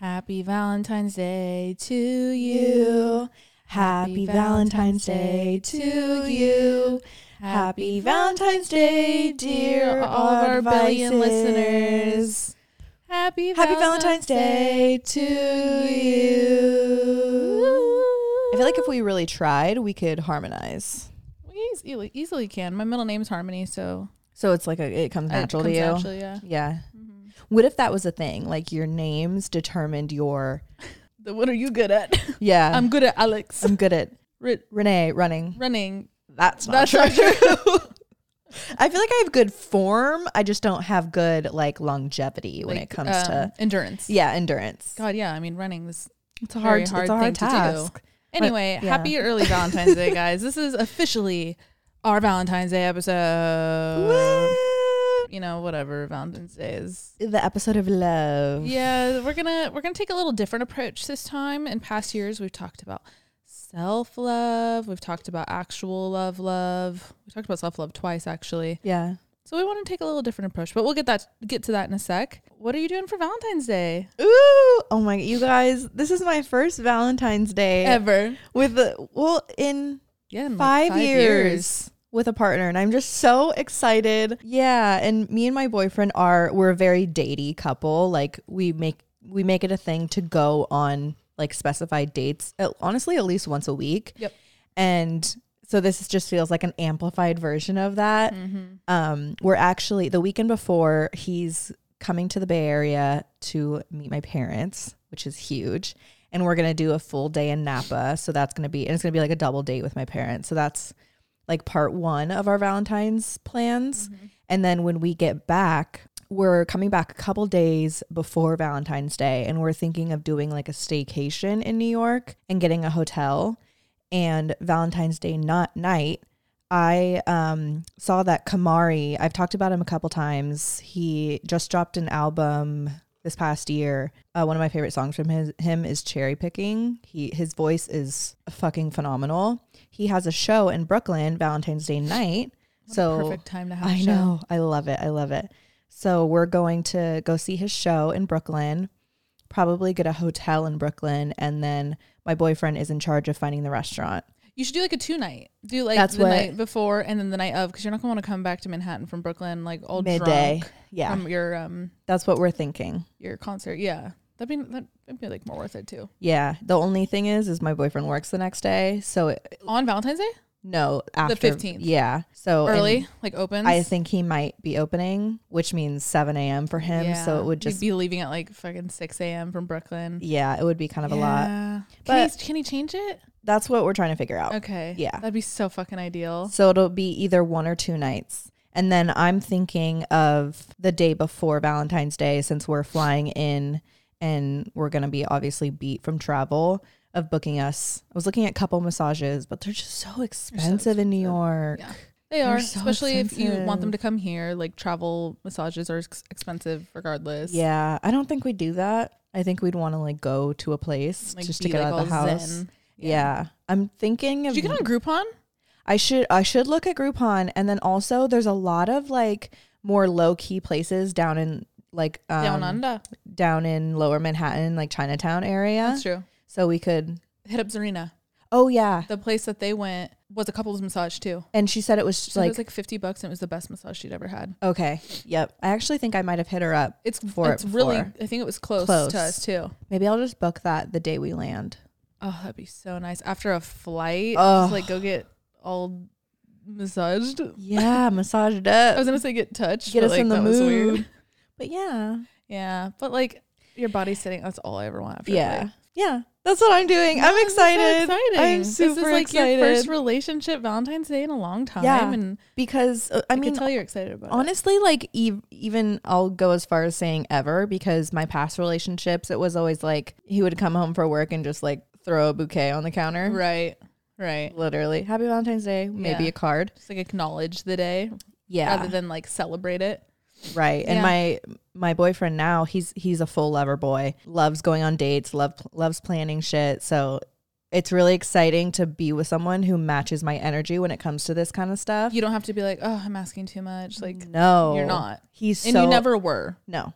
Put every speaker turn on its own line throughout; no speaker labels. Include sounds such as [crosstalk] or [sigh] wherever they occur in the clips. Happy Valentine's Day to you. Happy Valentine's Day to you. Happy Valentine's Day, dear all of our billion listeners. Happy,
Happy Valentine's Day to you. I feel like if we really tried, we could harmonize.
We easily, easily can. My middle name's Harmony, so
So it's like a, it comes
it
natural
comes
to you.
naturally, Mm-hmm. yeah.
Yeah. What if that was a thing? Like your names
[laughs]
determined your
The, what are you good at?
yeah.
I'm good at Alex.
I'm good at
Ri-
Renee running.
running.
That's not
That's not
true.
[laughs]
I feel like I have good form. I just don't have good like longevity when
like,
it comes
um,
to
endurance.
yeah endurance.
God, yeah. I mean, running is
it's a
very
hard,
hard
it's a hard
thing to do.
task.
Anyway,
yeah.
happy early Valentine's Day, guys. This is officially our Valentine's Day episode.
Woo!
You know, whatever Valentine's Day is.
Um, The episode of love.
Yeah, we're gonna we're gonna take a little different approach this time. In past years, we've talked about self love. We've talked about actual love, love. We talked about self love twice actually.
Yeah.
So we want to take a little different approach, but we'll get that get to that in a sec. What are you doing for Valentine's Day
Ooh. Oh my you guys, this is my first Valentine's Day
ever?
with the well in
Yeah, in like
Mm, five, years. with a partner and I'm just so excited. Yeah, and me and my boyfriend are we're a very datey couple. Like we make we make it a thing to go on like specified dates. uh, Honestly, at least once a week.
Yep.
And so this is just feels like an amplified version of that. Um we're actually the weekend before he's coming to the Bay Area to meet my parents, which is huge. And we're gonna do a full day in Napa. So that's gonna be and it's gonna be like a double date with my parents. So that's like part one of our Valentine's plans. And then when we get back, we're coming back a couple days before Valentine's Day and we're thinking of doing like a staycation in New York and getting a hotel. And Valentine's Day not night, I um, saw that Kamari, I've talked about him a couple times. He just dropped an album this past year. Uh, one of my favorite songs from his, him is Cherry Picking. He his voice is fucking phenomenal. He has a show in Brooklyn Valentine's Day night. so
Perfect time to have. a
I
show.
know. I love it. I love it. So we're going to go see his show in Brooklyn, probably get a hotel in Brooklyn, and then my boyfriend is in charge of finding the restaurant.
You should do like a two night. Do like
That's
the
what-
night before and then the night of, because you're not gonna want to come back to Manhattan from Brooklyn like all
Midday.
drunk
Yeah.
from your um
that's what we're thinking.
your concert. Yeah, that'd be that'd be like more worth it too.
Yeah. The only thing is is my boyfriend works the next day. So it,
On Valentine's Day,
no after
15th.
Yeah. So Oh, and
early, like opens.
I think he might be opening, which means seven AM for him. So
Yeah.
it would just
You'd be leaving at like fucking six a.m. from Brooklyn.
Yeah, it would be kind of a lot.
Yeah. Can,
But-
he, can he change it?
That's what we're trying to figure out.
Okay.
Yeah.
That'd be so fucking ideal.
So it'll be either one or two nights. And then I'm thinking of the day before Valentine's Day since we're flying in and we're going to be obviously beat from travel of booking us. I was looking at couple massages, but they're just so expensive, in New York.
Yeah. They are,
so
especially if you want them to come here. Like travel massages are ex- expensive regardless.
Yeah, I don't think we'd do that. I think we'd want to like go to a place
Like,
just to
be,
get
like,
out of the
all
house.
zen.
Yeah. I'm thinking of
Did you get on Groupon?
I should I should look at Groupon and then also there's a lot of like more low key places down in like um,
Down under.
down in lower Manhattan like Chinatown area.
That's true.
So we could
Hit up Zarina.
Oh yeah.
The place that they went was a couple's massage too.
And she said it was
She said
like,
it was like fifty bucks, and it was the best massage she'd ever had.
okay. Yep. I actually think I might have hit her up.
It's
For it
it's really.
before.
I think it was close,
Close.
to us too.
Maybe I'll just book that the day we land.
Oh, that'd be so nice after a flight.
Ugh.
Just like go get all massaged.
[laughs] Yeah, massage it
I
up.
was gonna say get touched.
Get
but,
us
like,
in the
that was weird.
mood. But yeah.
Yeah, but like your body's sitting. That's all I ever want. After a
Yeah.
flight.
Yeah. That's what I'm doing. I'm
This is so
excited.
exciting.
I'm
This
super
is like
excited.
your first relationship Valentine's Day in a long time.
Yeah.
and
because uh, I
I,
mean
can tell you're excited about it.
honestly like ev- even i'll go as far as saying ever because my past relationships it was always like he would come home for work and just like throw a bouquet on the counter
Right, right.
literally happy valentine's day maybe
Yeah.
a card
Just like acknowledge the day
yeah
rather than like celebrate it.
right and
Yeah.
my my boyfriend now he's he's a full lover boy loves going on dates love loves planning shit so it's really exciting to be with someone who matches my energy when it comes to this kind of stuff
You don't have to be like, oh, I'm asking too much. Like,
no
you're not.
he's
and
Mm. so
you never were.
no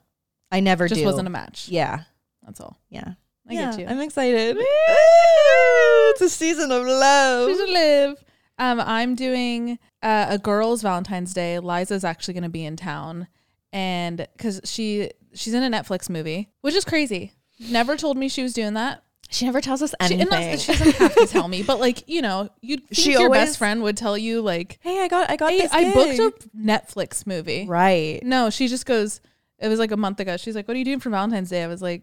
i never
Just
do
wasn't a match.
yeah
That's all.
Yeah.
I
yeah,
get you.
I'm excited. Ooh, it's a season of love.
Choose to live. Um, I'm doing uh, a girls' Valentine's Day. Liza's actually going to be in town, and because she she's in a Netflix movie, which is crazy. Never told me she was doing that.
She never tells us
She, and not that she doesn't have to tell me, but like you know, you
[laughs] She
your
always-
best friend would tell you like,
hey, I got I got
"Hey,
this.
I booked
gig.
a Netflix movie."
right.
No, she just goes. It was like a month ago. She's like, "What are you doing for Valentine's Day?" I was like,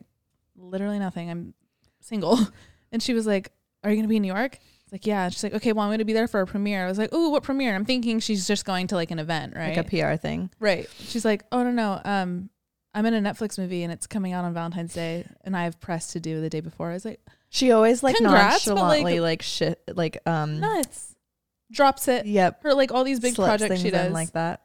"Literally nothing. I'm single." [laughs] And she was like, "Are you gonna be in New York?" It's like, "Yeah." And she's like, "Okay, well, I'm gonna be there for a premiere." I was like, "Ooh, what premiere?" I'm thinking she's just going to like an event, right?
Like a PR thing.
right. She's like, "Oh no, no. Um, I'm in a Netflix movie and it's coming out on Valentine's Day, and I have press to do the day before." I was like,
She always like
Congrats, but, like-
nonchalantly like, shit like um
"Nuts." Drops it.
yep
Her like all these big
slips
projects she
things in
does.
like that.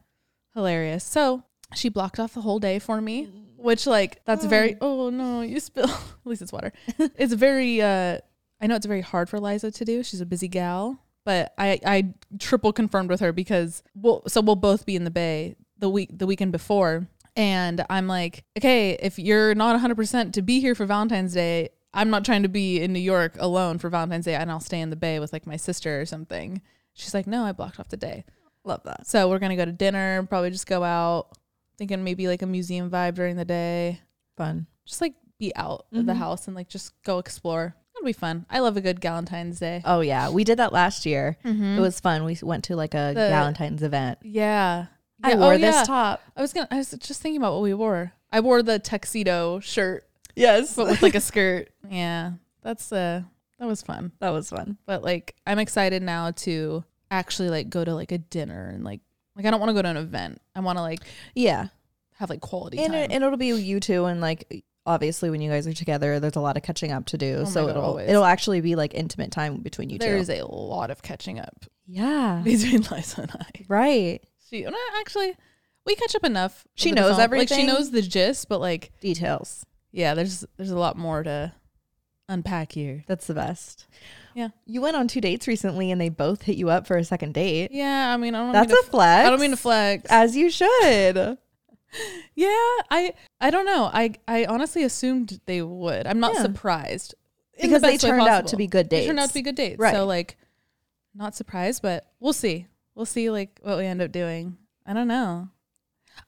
hilarious. So she blocked off the whole day for me, which like that's very oh no, you spill [laughs] at least it's water. it's very uh I know it's very hard for Liza to do. She's a busy gal, but I I triple confirmed with her because we'll so we'll both be in the bay the week the weekend before and I'm like, "Okay, if you're not 100% to be here for Valentine's Day, I'm not trying to be in New York alone for Valentine's Day and I'll stay in the bay with like my sister or something." She's like, "No, I blocked off the day."
Love that.
So we're gonna go to dinner, probably just go out, thinking maybe like a museum vibe during the day.
Fun.
Just like be out of the house and like just go explore. It'll be fun. I love a good Valentine's Day.
Oh yeah, we did that last year. It was fun. We went to like a
Mm-hmm. The-
Valentine's event.
Yeah.
I
Yeah,
wore
oh,
this
yeah.
top.
I was gonna I was just thinking about what we wore. I wore the tuxedo shirt,
Yes,
but with like a skirt. Yeah. That's uh that was fun.
that was fun.
But like I'm excited now to actually like go to like a dinner and like like I don't wanna go to an event. I wanna like
Yeah,
have like quality
and,
time.
it, and it'll be you two and like obviously when you guys are together, there's a lot of catching up to do.
Oh my
so
God,
it'll
always.
it'll actually be like intimate time between you
there
two.
is a lot of catching up
[laughs] yeah,
between Liza and I.
right.
She no, actually, we catch up enough.
She
over the
knows
phone. Like she
everything.
knows the gist, but like,
Details.
yeah, there's there's a lot more to unpack here.
That's the best.
Yeah.
you went on two dates recently, and they both hit you up for a second date.
Yeah, I mean, I don't
That's
mean
a
to,
flex. Uh,
I don't mean to flex.
As you should.
yeah, I I don't know. I I honestly assumed they would. I'm not
Yeah.
surprised in
Because
the
they
best way
turned out
possible.
to be good
They turned out to
dates.
be good dates.
Right.
So like, not surprised, but we'll see. We'll see like what we end up doing. I don't know.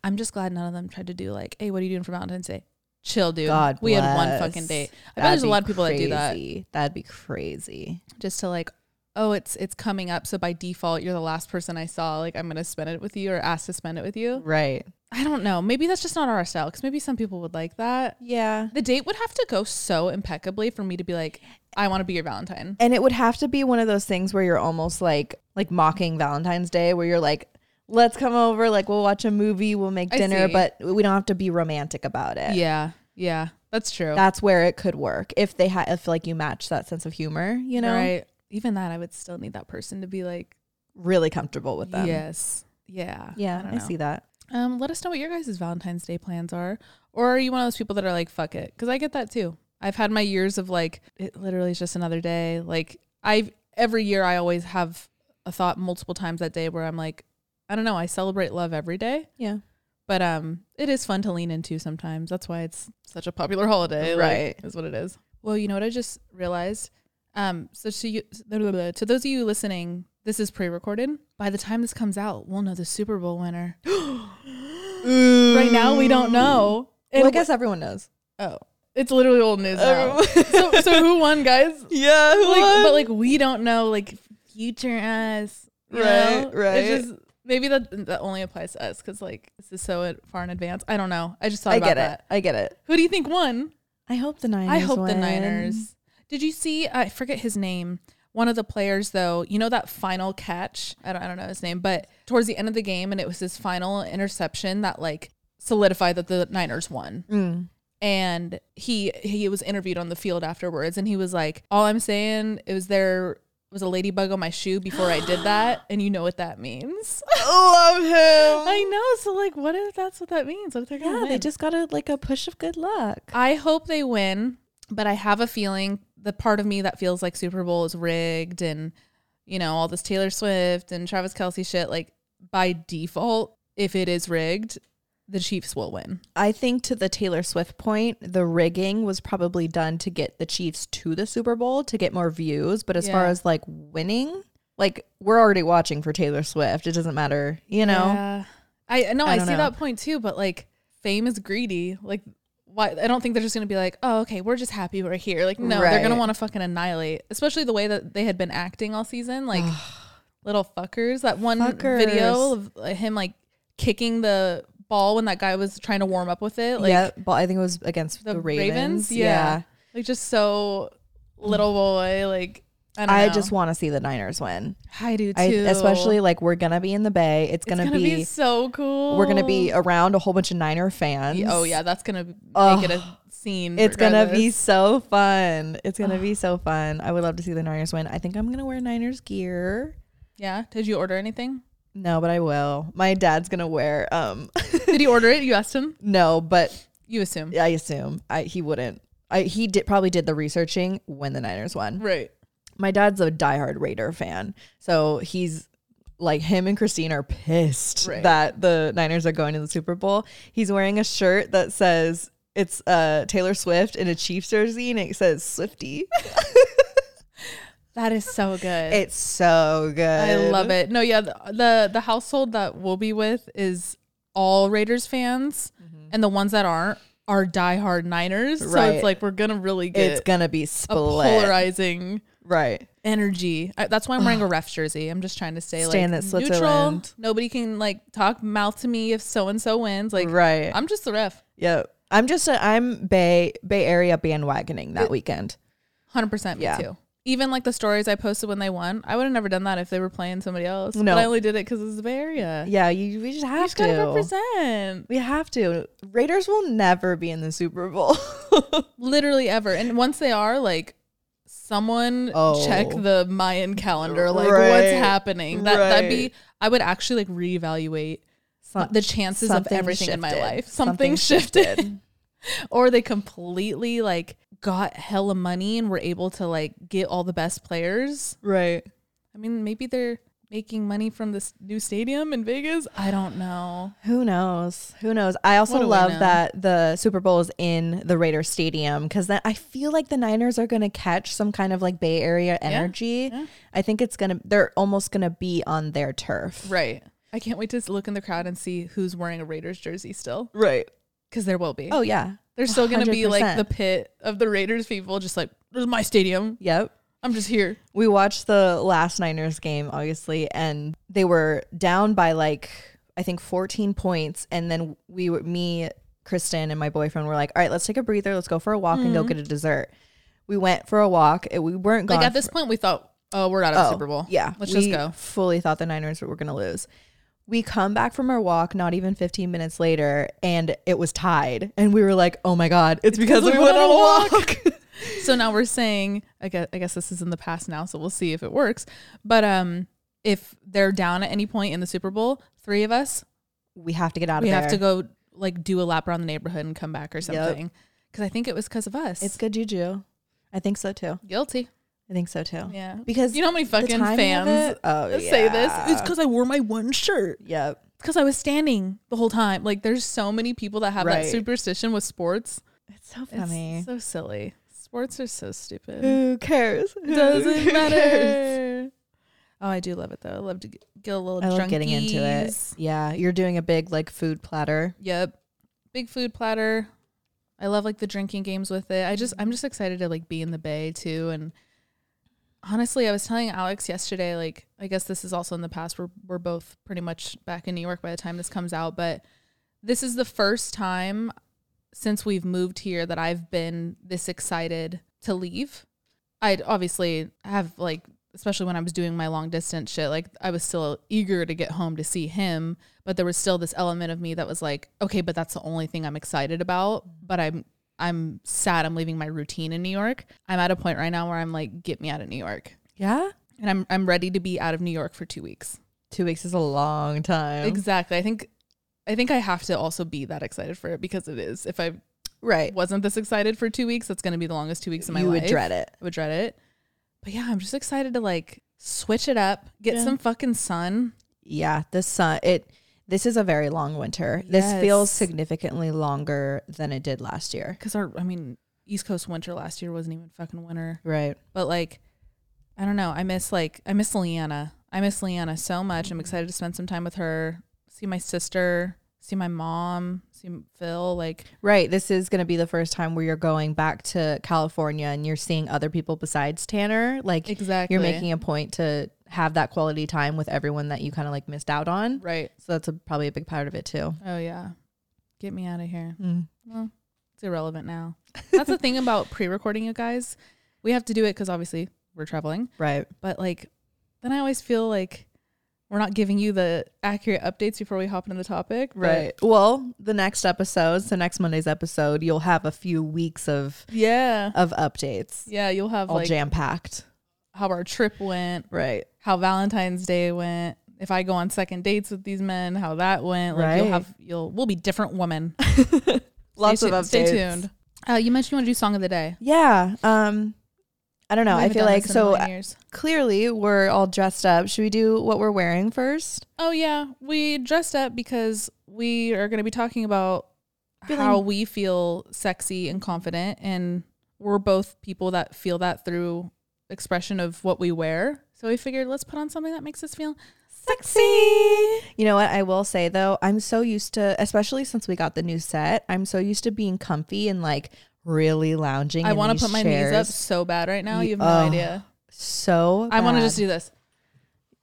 I'm just glad none of them tried to do like, hey, what are you doing for Valentine's Day? Chill, dude.
God
we had one
bless.
fucking date. I bet there's a lot of people that do that.
That'd be crazy.
just to like oh it's it's coming up so by default you're the last person i saw like i'm gonna spend it with you or ask to spend it with you
Right.
i don't know maybe that's just not our style because maybe some people would like that
Yeah.
the date would have to go so impeccably for me to be like i want to be your valentine
And it would have to be one of those things where you're almost like like mocking Valentine's Day where you're like, let's come over, like we'll watch a movie, we'll make
I
dinner,
see.
but we don't have to be romantic about it.
yeah yeah that's true
That's where it could work if they had if like you match that sense of humor, you know,
right even that i would still need that person to be like
really comfortable with them.
yes yeah
Yeah,
don't
I,
know.
see that.
um let us know what your guys' valentine's day plans are or are you one of those people that are like fuck it because i get that too i've had my years of like it literally is just another day like i've every year i always have a thought multiple times that day where i'm like i don't know i celebrate love every day
Yeah.
but um it is fun to lean into sometimes that's why it's such a popular holiday like,
Right.
is what it is well you know what i just realized um so to you to those of you listening this is pre-recorded by the time this comes out we'll know the super bowl
[gasps]
winner right now we don't know
Well, I
And-
guess everyone knows.
oh it's literally old news now.
[laughs] Oh.
Um, so, so who won guys
Yeah.
like, but like we don't know like future us you know?
Right, right.
it's just maybe that that only applies to us because like this is so in- far in advance i don't know i just thought
I
about
get
that
it. I get it.
who do you think won
I hope the Niners.
i hope the
win.
niners did you see i forget his name one of the players though you know that final catch i don't, I don't know his name but towards the end of the game and it was his final interception that like solidified that the niners won [laughs]
Mm.
and he he was interviewed on the field afterwards and he was like all i'm saying is there was a ladybug on my shoe before i did that and you know what that means [laughs]
Love
i know so like what if that's what that means what if they're gonna
Oh. Yeah,
win?
they just got a like a push of good luck.
i hope they win but i have a feeling the part of me that feels like super bowl is rigged and you know all this taylor swift and travis kelsey shit like by default if it is rigged the Chiefs will win.
I think to the Taylor Swift point, the rigging was probably done to get the Chiefs to the Super Bowl to get more views. But as far
Yeah.
as like winning, like we're already watching for Taylor Swift. It doesn't matter, you know?
Yeah. I no,
I
I,
don't
see
know.
that point too, but like fame is greedy. Like why I don't think they're just gonna be like, Oh, okay, we're just happy we're here. Like, no, they're gonna
Right.
wanna fucking annihilate. Especially the way that they had been acting all season, like little fuckers. That one video of uh, him like kicking the ball when that guy was trying to warm up with it. Like
yeah. But I think it was against the,
the
Ravens.
Yeah. Like just so little boy, like I don't
I,
know.
just want to see the Niners win.
I do too.
I, especially like we're gonna be in the Bay. It's
it's
gonna,
gonna
be,
be so cool.
we're gonna be around a whole bunch of Niner fans.
Y- Oh yeah, that's gonna make it a scene.
It's gonna be
regardless.
so fun. It's gonna be so fun. I would love to see the Niners win. I think I'm gonna wear Niners gear.
Yeah. Did you order anything?
No, but I will. My dad's gonna wear. Um, [laughs]
Did he order it? You asked him.
no, but
You assume.
I assume I he wouldn't. I he did probably did the researching when the Niners won.
Right.
My dad's a diehard Raider fan, so he's like him and Christine are pissed
Right.
that the Niners are going to the Super Bowl. He's wearing a shirt that says it's uh Taylor Swift in a Chiefs jersey, and it says Swifty.
That is so good.
It's so good.
I love it. No, yeah, the, the the household that we'll be with is all Raiders fans, and the ones that aren't are diehard Niners. So
Right.
it's like we're gonna really get
It's gonna be
a
split,
polarizing
right?
energy. I, that's why I'm wearing a ref jersey. I'm just trying to stay
Stay
like
in that
neutral.
Switzerland.
Nobody can like talk mouth to me if so and so wins. Like
Right.
I'm just the ref.
Yeah. I'm just a, I'm Bay Bay Area bandwagoning that weekend.
Hundred percent, me
Yeah.
too. Even like the stories I posted when they won, I would have never done that if they were playing somebody else.
No.
but I only did it because it's the Bay Area.
Yeah, you we just have
just gotta
to.
represent,
We have to. Raiders will never be in the Super Bowl. [laughs]
literally ever. And once they are, like, someone
Oh.
check the Mayan calendar, like
Right.
what's happening. That that'd be.
Right.
I would actually like reevaluate
Some-
the chances of
something
everything in my
shifted.
life. Something,
Something
shifted, [laughs] or they completely like got hella money and were able to like get all the best players.
right.
I mean, maybe they're making money from this new stadium in Vegas. I don't know.
Who knows? Who knows? I also
What do we
love
know?
that the Super Bowl is in the Raiders Stadium because then I feel like the Niners are going to catch some kind of like Bay Area energy. I think it's going to, they're almost going to be on their turf.
Right. I can't wait to look in the crowd and see who's wearing a Raiders jersey still,
Right.
because there will be.
Oh, yeah.
There's still going to be like
100%.
the pit of the Raiders people, just like, this is my stadium.
Yep.
I'm just here.
we watched the last Niners game, obviously, and they were down by like I think 14 points, and then we, were- me, Kristen, and my boyfriend were like, "All right, let's take a breather. Let's go for a walk and
Mm-hmm.
go get a dessert." We went for a walk. It, we weren't gone
Like at
for-
this point, we thought, oh, we're out of the Super Bowl.
yeah,
Let's
we
just go.
Fully thought the Niners were going to lose. We come back from our walk, not even 15 minutes later, and it was tied. And we were like, "Oh my god, it's because we went on a walk."
So now we're saying, I guess, I guess this is in the past now, so we'll see if it works. But um, if they're down at any point in the Super Bowl, three of us,
[laughs] we have to get out
we
of there.
have to go like do a lap around the neighborhood and come back or something. Because I think it was because of us.
It's good juju. I think so too.
guilty.
I think so too.
Yeah.
Because
You know how many
Oh. the
fucking
timing of
fans
it- oh,
say this?
yeah.
It's because I wore my one shirt.
Yep.
It's because I was standing the whole time. Like there's so many people that have
Right.
that superstition with sports.
It's so
It's
funny.
so silly. Sports are so stupid.
Who cares? [laughs]
Doesn't
Who
matter.
cares?
Oh, I do love it though. I love to g- get a little
I love getting into it.
drunkies.
Yeah, you're doing a big like food platter.
Yep. Big food platter. I love like the drinking games with it. I just I'm just excited to like be in the bay too and honestly, I was telling Alex yesterday like I guess this is also in the past we're we're both pretty much back in New York by the time this comes out, but this is the first time since we've moved here that I've been this excited to leave. I'd obviously have like especially when I was doing my long distance shit, like I was still eager to get home to see him, but there was still this element of me that was like, okay, but that's the only thing I'm excited about, but I'm I'm sad I'm leaving my routine in New York. I'm at a point right now where I'm like, get me out of New York.
Yeah.
And I'm I'm ready to be out of New York for 2 weeks.
Two weeks is a long time.
Exactly. I think I think I have to also be that excited for it because it is. If I
right.
wasn't this excited for 2 weeks, that's going to be the longest 2 weeks of my
you
life.
would dread it.
I would dread it. But yeah, I'm just excited to like switch it up, get
Yeah.
some fucking sun.
Yeah. The sun. It. This is a very long winter. This
Yes.
feels significantly longer than it did last year.
Because our, I mean, East Coast winter last year wasn't even fucking winter.
Right.
But like, I don't know. I miss like I miss Leanna. I miss Leanna so much.
Mm-hmm.
I'm excited to spend some time with her. See my sister. See my mom. See Phil. Like
Right. This is going to be the first time where you're going back to California and you're seeing other people besides Tanner. Like
exactly.
you're making a point to have that quality time with everyone that you kind of like missed out on.
right.
So that's a, probably a big part of it too.
Oh yeah. Get me out of here.
Mm.
Well, it's irrelevant now. That's the thing
[laughs]
about pre-recording, you guys. We have to do it because obviously we're traveling.
Right.
But like, then I always feel like we're not giving you the accurate updates before we hop into the topic. but-
Well, the next episodes, the next Monday's episode, you'll have a few weeks of
Yeah.
of updates,
Yeah. You'll have
all
like
jam packed.
how our trip went.
Right.
how Valentine's Day went. If I go on second dates with these men, how that went. Like you'll
Right.
have you'll we'll be different women.
Lots
stay tu-
of updates.
Stay tuned. Uh, you mentioned you want to do song of the day.
Yeah. Um, I don't know.
We
I
haven't
feel
done
like
this in
so uh,
nine years.
clearly we're all dressed up. Should we do what we're wearing first?
Oh yeah, we dressed up because we are going to be talking about
Feeling-
how we feel sexy and confident, and we're both people that feel that through expression of what we wear. So we figured let's put on something that makes us feel
Sexy. You know what? I will say though, I'm so used to, especially since we got the new set, I'm so used to being comfy and like really lounging.
I
want to
put my knees up so bad right now. You have no
oh,
idea.
So
I want to
bad.
just do this.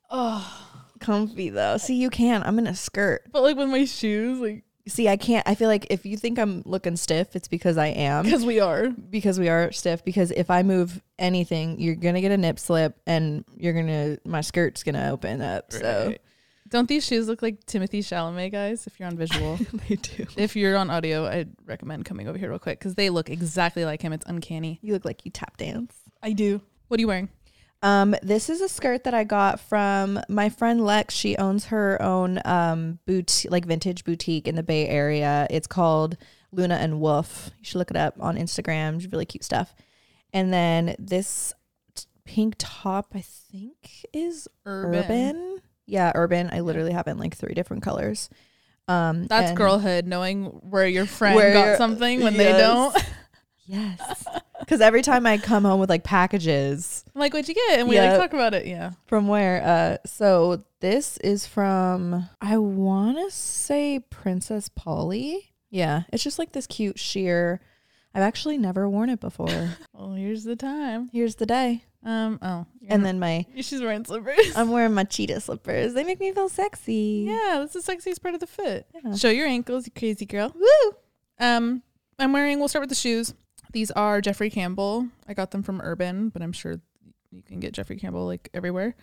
Oh.
comfy though. See, you can. I'm in a skirt.
But like with my shoes, like
See, I can't. I feel like if you think I'm looking stiff, it's because I am. [laughs]
because we are.
Because we are stiff. Because if I move anything, you're gonna get a nip slip, and you're gonna my skirt's gonna open up. So
[laughs] Don't these shoes look like Timothy Chalamet guys? If you're on visual,
they do.
if you're on audio, I'd recommend coming over here real quick because they look exactly like him. It's uncanny.
You look like you tap dance.
I do. What are you wearing?
Um, this is a skirt that I got from my friend Lex. She owns her own um boutique, like vintage boutique in the Bay Area. It's called Luna and Wolf. You should look it up on Instagram. It's really cute stuff. And then this t- pink top, I think, is urban. Yeah, urban. I literally have it in like three different colors. Um,
That's
and-
girlhood, knowing where your friend
Where
got
your-
something when
Yes.
they don't. [laughs]
Yes, because every time I come home with like packages,
I'm like, what'd you get? And we
Yeah.
like talk about it. Yeah.
From where? Uh, so this is from I want to say Princess Polly. Yeah, it's just like this cute sheer. I've actually never worn it [laughs] before.
Oh, here's the time.
Here's the day,
Um. Oh. you're
and
not-
then my
[laughs] she's wearing
[laughs]
slippers.
I'm wearing my cheetah slippers. They make me feel sexy.
yeah, that's the sexiest part of the foot.
Yeah.
Show your ankles, you crazy girl.
Woo!
Um, I'm wearing. We'll start with the shoes. These are Jeffrey Campbell. I got them from Urban, but I'm sure you can get Jeffrey Campbell like everywhere.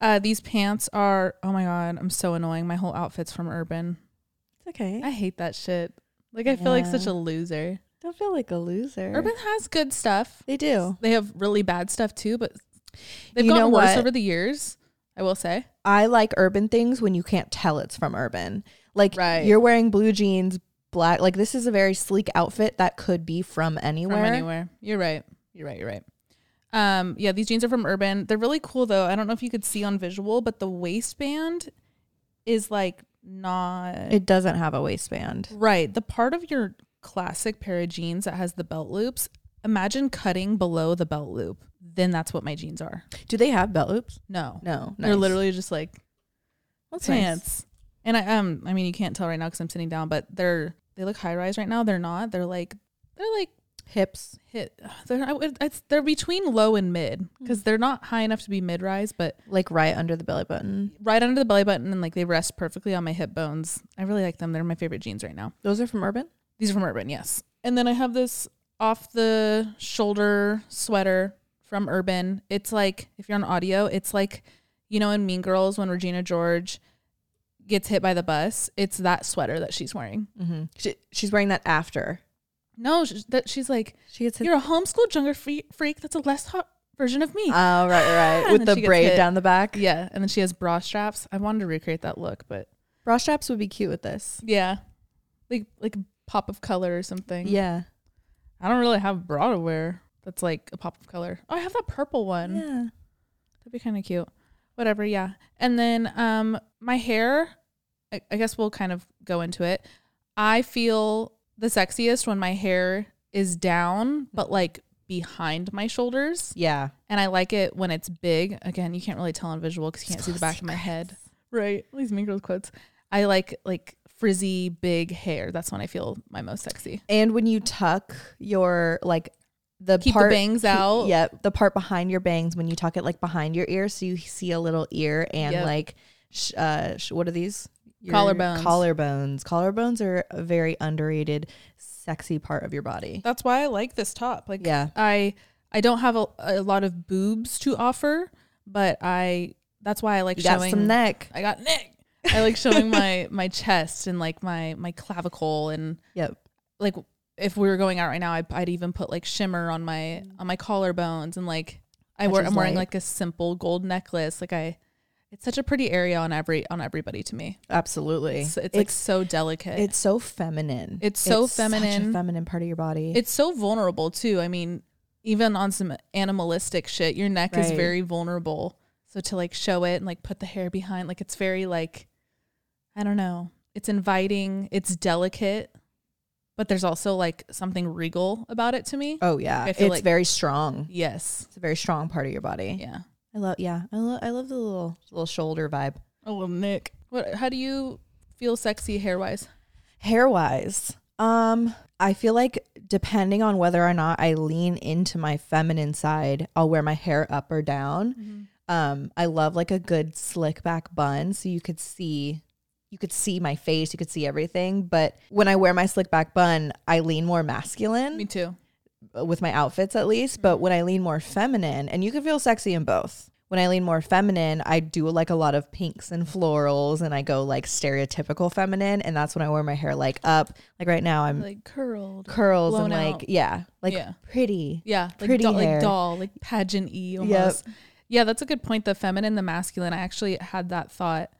Uh, these pants are. Oh my god, I'm so annoying. My whole outfit's from Urban.
It's okay.
I hate that shit. Like I feel like such a
Yeah.
loser.
don't feel like a loser.
Urban has good stuff.
They do.
They have really bad stuff too, but they've
You know
gotten worse
what?
over the years. I will say.
I like urban things when you can't tell it's from urban. Like
Right.
you're wearing blue jeans, black. Like this is a very sleek outfit that could be from anywhere.
From anywhere. You're right. You're right. You're right. Um, yeah, these jeans are from Urban. They're really cool though. I don't know if you could see on visual, but the waistband is like not
It doesn't have a waistband.
right. The part of your classic pair of jeans that has the belt loops. Imagine cutting below the belt loop. Then that's what my jeans are.
Do they have belt loops?
No,
No,
they're
nice.
literally just like
That's nice.
pants. And I um, I mean, you can't tell right now because I'm sitting down, but they're they look high rise right now. They're not. They're like they're like
hips.
hit they're I would- it's, they're between low and mid because they're not high enough to be mid rise but
Like right under the belly button.
right under the belly button and like they rest perfectly on my hip bones i really like them they're my favorite jeans right now
Those are from Urban.
these are from urban yes and then i have this off the shoulder sweater from urban it's like if you're on audio it's like you know in mean girls when regina george gets hit by the bus it's that sweater that she's wearing
Mm-hmm. She, she's wearing that after
no sh that she's like
she gets hit.
you're a homeschool jungle free- freak that's a less hot version of me
[laughs] Oh right, right, right.
And
With
then
the
she gets
braid
hit.
down the back.
Yeah, and then she has bra straps. I wanted to recreate that look, but
Bra straps would be cute with this.
yeah, like like a pop of color or something.
Yeah.
I don't really have bra to wear. That's like a pop of color. Oh, I have that purple one.
Yeah.
That'd be kind of cute. Whatever. Yeah, and then um, my hair. I, I guess we'll kind of go into it. I feel the sexiest when my hair is down, but like behind my shoulders.
Yeah.
And I like it when it's big. Again, you can't really tell on visual because you can't see the back of my head. Right. These Mean Girls quotes. I like like frizzy, big hair. That's when I feel my most sexy.
And when you tuck your like the
Keep
part
the bangs out.
Yep, the part behind your bangs when you tuck it like behind your ear, so you see a little ear and
Yep.
like, sh- uh, sh- what are these? Your
Collarbones.
Collarbones. Collarbones are a very underrated, sexy part of your body.
That's why I like this top. Like
Yeah.
I I don't have a, a lot of boobs to offer, but I that's why I like
You got
showing
some neck.
I got neck. I like showing my my chest and like my my clavicle and
Yep.
like if we were going out right now, I'd, I'd even put like shimmer on my on my collarbones and like I
Which
wear
is
I'm wearing
light.
like a simple gold necklace. Like I, it's such a pretty area on every on everybody to me.
Absolutely.
It's, it's, like so delicate. It's,
it's so feminine.
It's so
such a
feminine.
feminine part of your body.
so vulnerable too. I mean, even on some animalistic shit, your neck is
Right.
very vulnerable. So to like show it and like put the hair behind, like it's very like, I don't know. It's inviting. It's delicate, but there's also like something regal about it to me.
oh yeah,
I
it's
feel like-
very strong.
Yes.
It's a very strong part of your body.
Yeah.
I love. Yeah, I love. I love the little little shoulder vibe.
Oh well, Nick. What? How do you feel sexy hair wise?
Hair wise, um, I feel like depending on whether or not I lean into my feminine side, I'll wear my hair up or down. Um, I love like a good slick back bun, so you could see. You could see my face, you could see everything. But when I wear my slick back bun, I lean more masculine.
Me too.
uh, with my outfits at least, but
Mm-hmm.
when I lean more feminine, and you can feel sexy in both. When I lean more feminine, I do like a lot of pinks and florals and I go like stereotypical feminine and that's when I wear my hair like up. Like right now I'm
Like curled.
curls and
blown
like
out.
yeah, like
Yeah.
pretty.
yeah, like
pretty
doll,
hair.
like doll, like pageant y almost. Yeah, that's a good point. The feminine, the masculine. I actually had that thought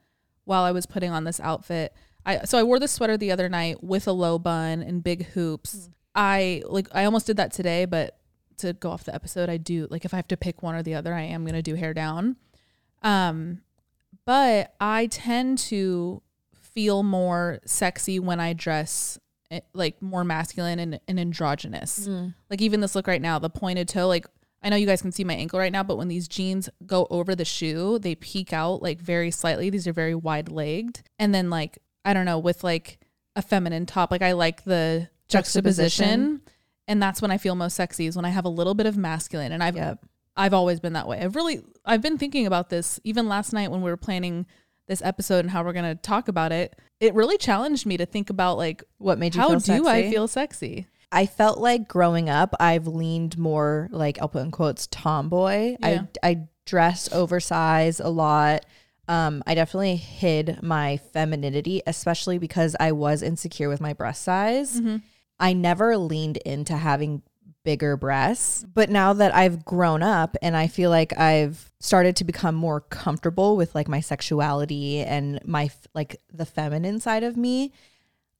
while I was putting on this outfit. I so I wore this sweater the other night with a low bun and big hoops.
Mm.
I like I almost did that today, but to go off the episode, I do like if I have to pick one or the other, I am gonna do hair down. Um, but I tend to feel more sexy when I dress eh, like more masculine and, and androgynous. Like even this look right now, the pointed toe, like I know you guys can see my ankle right now, but when these jeans go over the shoe, they peek out like very slightly. These are very wide legged. And then like, I don't know, with like a feminine top, like I like the
Juxtaposition.
juxtaposition. And that's when I feel most sexy is when I have a little bit of masculine. And I've
Yep.
I've always been that way. I've really I've been thinking about this even last night when we were planning this episode and how we're going to talk about it. It really challenged me to think about like
What made you
how
feel
do I
sexy?
feel sexy?
I felt like growing up, I've leaned more like I'll put in quotes tomboy.
Yeah.
I I dressed oversized a lot. Um, I definitely hid my femininity, especially because I was insecure with my breast size. I never leaned into having bigger breasts. But now that I've grown up and I feel like I've started to become more comfortable with like my sexuality and my f- like the feminine side of me,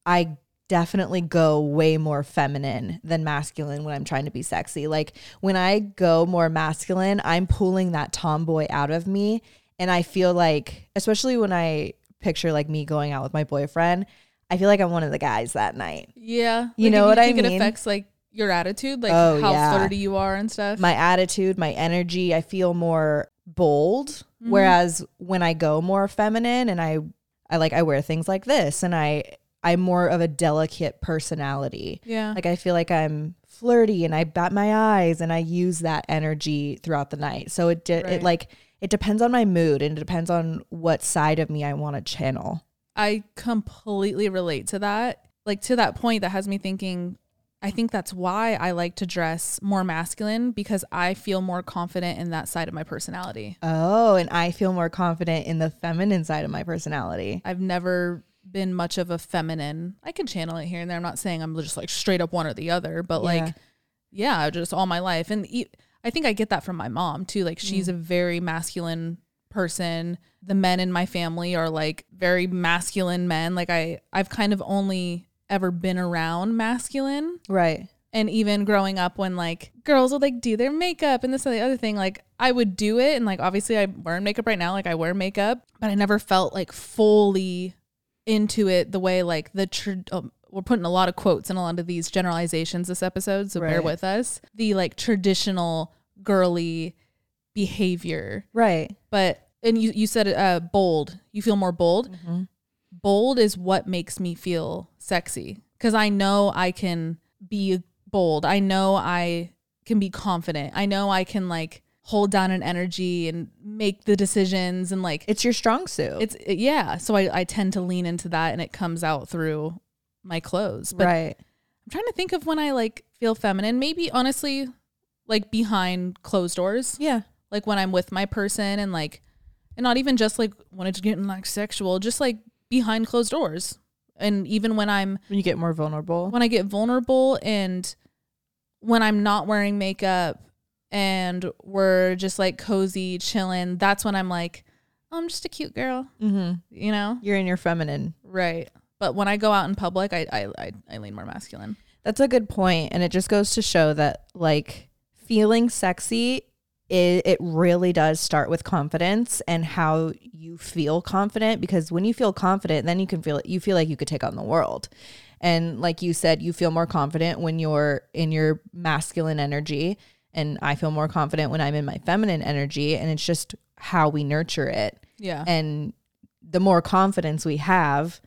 I definitely go way more feminine than masculine when I'm trying to be sexy. Like when I go more masculine, I'm pulling that tomboy out of me. And I feel like, especially when I picture like me going out with my boyfriend, I feel like I'm one of the guys that night.
Yeah.
You know
if
what I
think
mean?
It affects like your attitude, like
Oh,
how
yeah.
flirty you are and stuff.
my attitude, my energy, I feel more bold. Whereas when I go more feminine and I I like I wear things like this and I I'm more of a delicate personality.
yeah.
Like I feel like I'm flirty and I bat my eyes and I use that energy throughout the night. So it did
Right.
it like it depends on my mood and it depends on what side of me I want to channel.
I completely relate to that. Like to that point that has me thinking I think that's why I like to dress more masculine because I feel more confident in that side of my personality.
Oh, and I feel more confident in the feminine side of my personality.
I've never been much of a feminine. I can channel it here and there. I'm not saying I'm just like straight up one or the other, but
Yeah.
like, yeah, just all my life. And e- I think I get that from my mom too. Like, she's a very masculine person. The men in my family are like very masculine men. Like, I, I've kind of only ever been around masculine
Right.
and even growing up when like girls would like do their makeup and this and the other thing like i would do it and like obviously i'm wearing makeup right now like i wear makeup but i never felt like fully into it the way like the tr- um, we're putting a lot of quotes and a lot of these generalizations this episode, so bear
Right.
with us. The like traditional girly behavior,
Right.
but and you you said uh, bold. You feel more bold.
Mm-hmm.
Bold is what makes me feel sexy because I know I can be bold. I know I can be confident. I know I can like hold down an energy and make the decisions and like
It's your strong suit.
it's it- yeah so I, I tend to lean into that and it comes out through my clothes but
right.
i'm trying to think of when i like feel feminine maybe honestly like behind closed doors
Yeah.
like when i'm with my person and like and not even just like when it's getting like sexual just like behind closed doors and even when i'm
When you get more vulnerable.
when i get vulnerable and when i'm not wearing makeup and we're just like cozy chilling that's when i'm like "Oh, i'm just a cute girl
Mm-hmm.
you know
You're in your feminine.
Right. But when I go out in public, I I, I, I lean more masculine.
That's a good point, and it just goes to show that like feeling sexy, it, it really does start with confidence and how you feel confident. Because when you feel confident, then you can feel you feel like you could take on the world. And like you said, you feel more confident when you're in your masculine energy, and I feel more confident when I'm in my feminine energy. And it's just how we nurture it
Yeah.
and the more confidence we have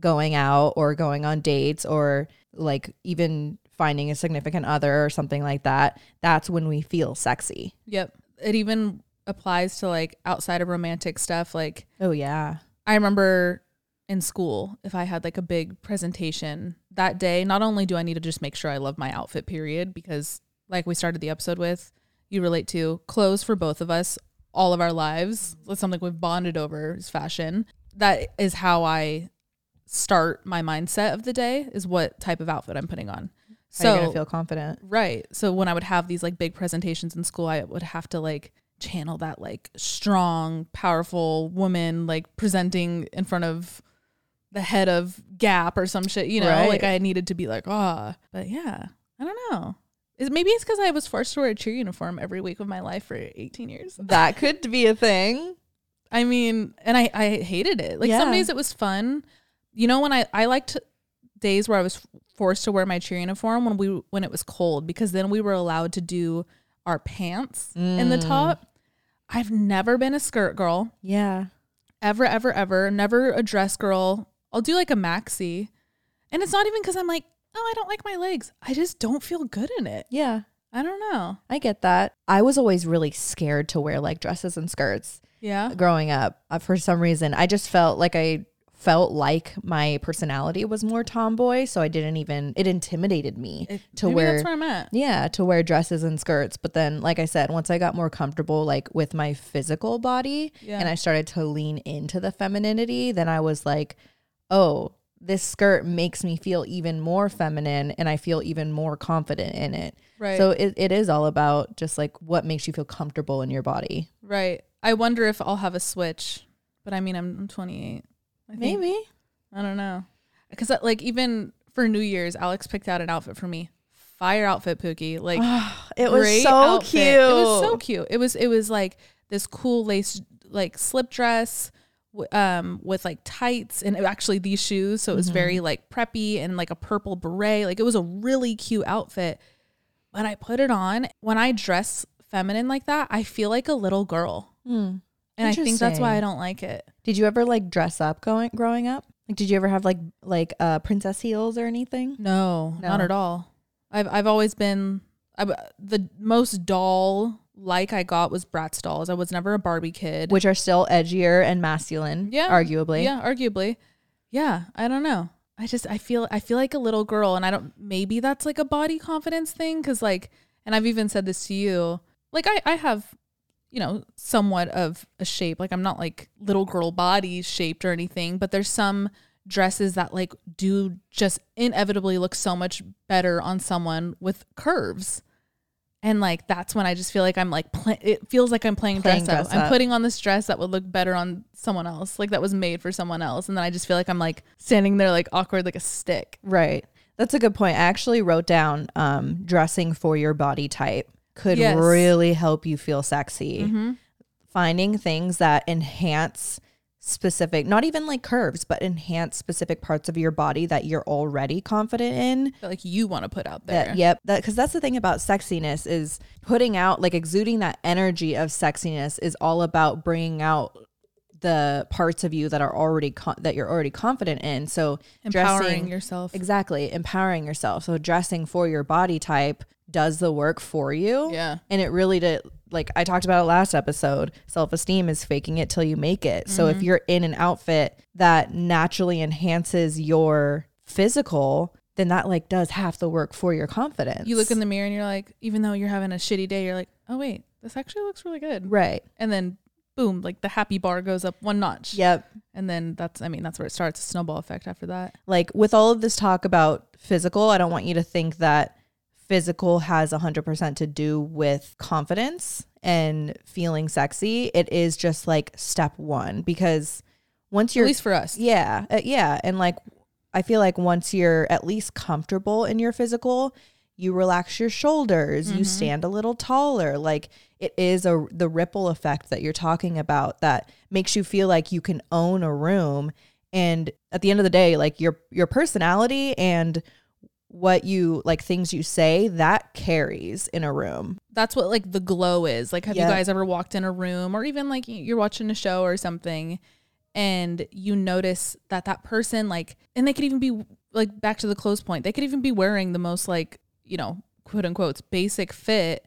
going out or going on dates or like even finding a significant other or something like that that's when we feel sexy
yep. It even applies to like outside of romantic stuff. Like
oh yeah
I remember in school, if I had like a big presentation that day, not only do I need to just make sure I love my outfit, period, because like we started the episode with, you relate to clothes for both of us, all of our lives. That's something we've bonded over is fashion. That is how I start my mindset of the day is what type of outfit I'm putting on.
so you're gonna
So
feel confident
Right. So when I would have these like big presentations in school, I would have to like channel that like strong, powerful woman like presenting in front of the head of Gap or some shit, you know?
Right.
Like I needed to be like, ah. But yeah, I don't know. Is maybe it's because I was forced to wear a cheer uniform every week of my life for 18 years.
that could be a thing
I mean, and I, I hated it. Like some
Yeah.
days it was fun. You know, when I, I liked days where I was forced to wear my cheer uniform when we when it was cold because then we were allowed to do our pants in
Mm.
the top. I've never been a skirt girl.
yeah
Ever, ever, ever. Never a dress girl. I'll do like a maxi. And it's not even because I'm like, oh, I don't like my legs. I just don't feel good in it.
yeah
I don't know.
i get that i was always really scared to wear like dresses and skirts
Yeah.
growing up uh, for some reason i just felt like i felt like my personality was more tomboy so i didn't even it intimidated me to
Maybe
wear
that's where I'm at.
yeah to wear dresses and skirts but then like i said once i got more comfortable like with my physical body
Yeah.
and i started to lean into the femininity then i was like oh this skirt makes me feel even more feminine and i feel even more confident in it
Right.
so it, it is all about just like what makes you feel comfortable in your body
Right. I wonder if I'll have a switch, but I mean, I'm, I'm 28. I think.
maybe
I don't know. Because, like, even for New Year's, Alex picked out an outfit for me. Fire outfit, Pookie. Like,
Ah, it was
great
so
outfit.
cute
It was so cute. It was, it was like this cool lace, like, slip dress. w- Um, with like tights and uh, actually these shoes, so it was very
Mm-hmm.
like preppy and like a purple beret. Like it was a really cute outfit, but I put it on. When I dress feminine like that, I feel like a little girl.
Hmm.
And I think that's why I
Interesting.
don't like it.
Did you ever like dress up going growing up? Like, did you ever have like like uh, princess heels or anything?
No, not
No.
at all. I've I've always been I, the most doll like I got was Bratz dolls. I was never a Barbie kid.
Which are still edgier and masculine,
Yeah.
arguably.
yeah, arguably. Yeah, I don't know. I just I feel I feel like a little girl and I don't maybe that's like a body confidence thing cuz like and I've even said this to you. Like I I have you know somewhat of a shape. Like I'm not like little girl body shaped or anything, but there's some dresses that like do just inevitably look so much better on someone with curves. And like that's when I just feel like I'm like pla it feels like I'm playing,
Playing
dress, up.
dress
I'm
up.
putting on this dress that would look better on someone else, like that was made for someone else, and then I just feel like I'm like standing there like awkward like a stick.
Right. That's a good point. I actually wrote down um, dressing for your body type could
Yes. Mm-hmm.
Mm-hmm. really help you feel sexy. Finding things that enhance specific, not even like curves, but enhance specific parts of your body that you're already confident in.
that like you want to put out there.
That, yep. That because that's the thing about sexiness is putting out like exuding that energy of sexiness is all about bringing out the parts of you that are already con- that you're already confident in. So
Empowering
dressing,
yourself.
Exactly, empowering yourself. So dressing for your body type does the work for you.
Yeah.
And it really did like I talked about it last episode, self-esteem is faking it till you make it. So
Mm-hmm.
if you're in an outfit that naturally enhances your physical, then that like does half the work for your confidence.
You look in the mirror and you're like, even though you're having a shitty day, you're like, oh wait, this actually looks really good.
Right.
And then boom, like the happy bar goes up one notch.
Yep.
And then that's I mean, that's where it starts, a snowball effect after that.
like with all of this talk about physical, I don't want you to think that physical has 100% to do with confidence and feeling sexy. It is just like step 1 because once
At
you're
least for us.
yeah, uh, yeah, and like I feel like once you're at least comfortable in your physical, you relax your shoulders, you stand a little taller. Like it is a the ripple effect that you're talking about that makes you feel like you can own a room and at the end of the day, like your your personality and what you like things you say that carries in a room.
that's what like the glow is. Like, have
Yeah.
you guys ever walked in a room or even like y- you're watching a show or something and you notice that that person, like, and they could even be like back to the clothes point, they could even be wearing the most like, you know, quote unquote basic fit,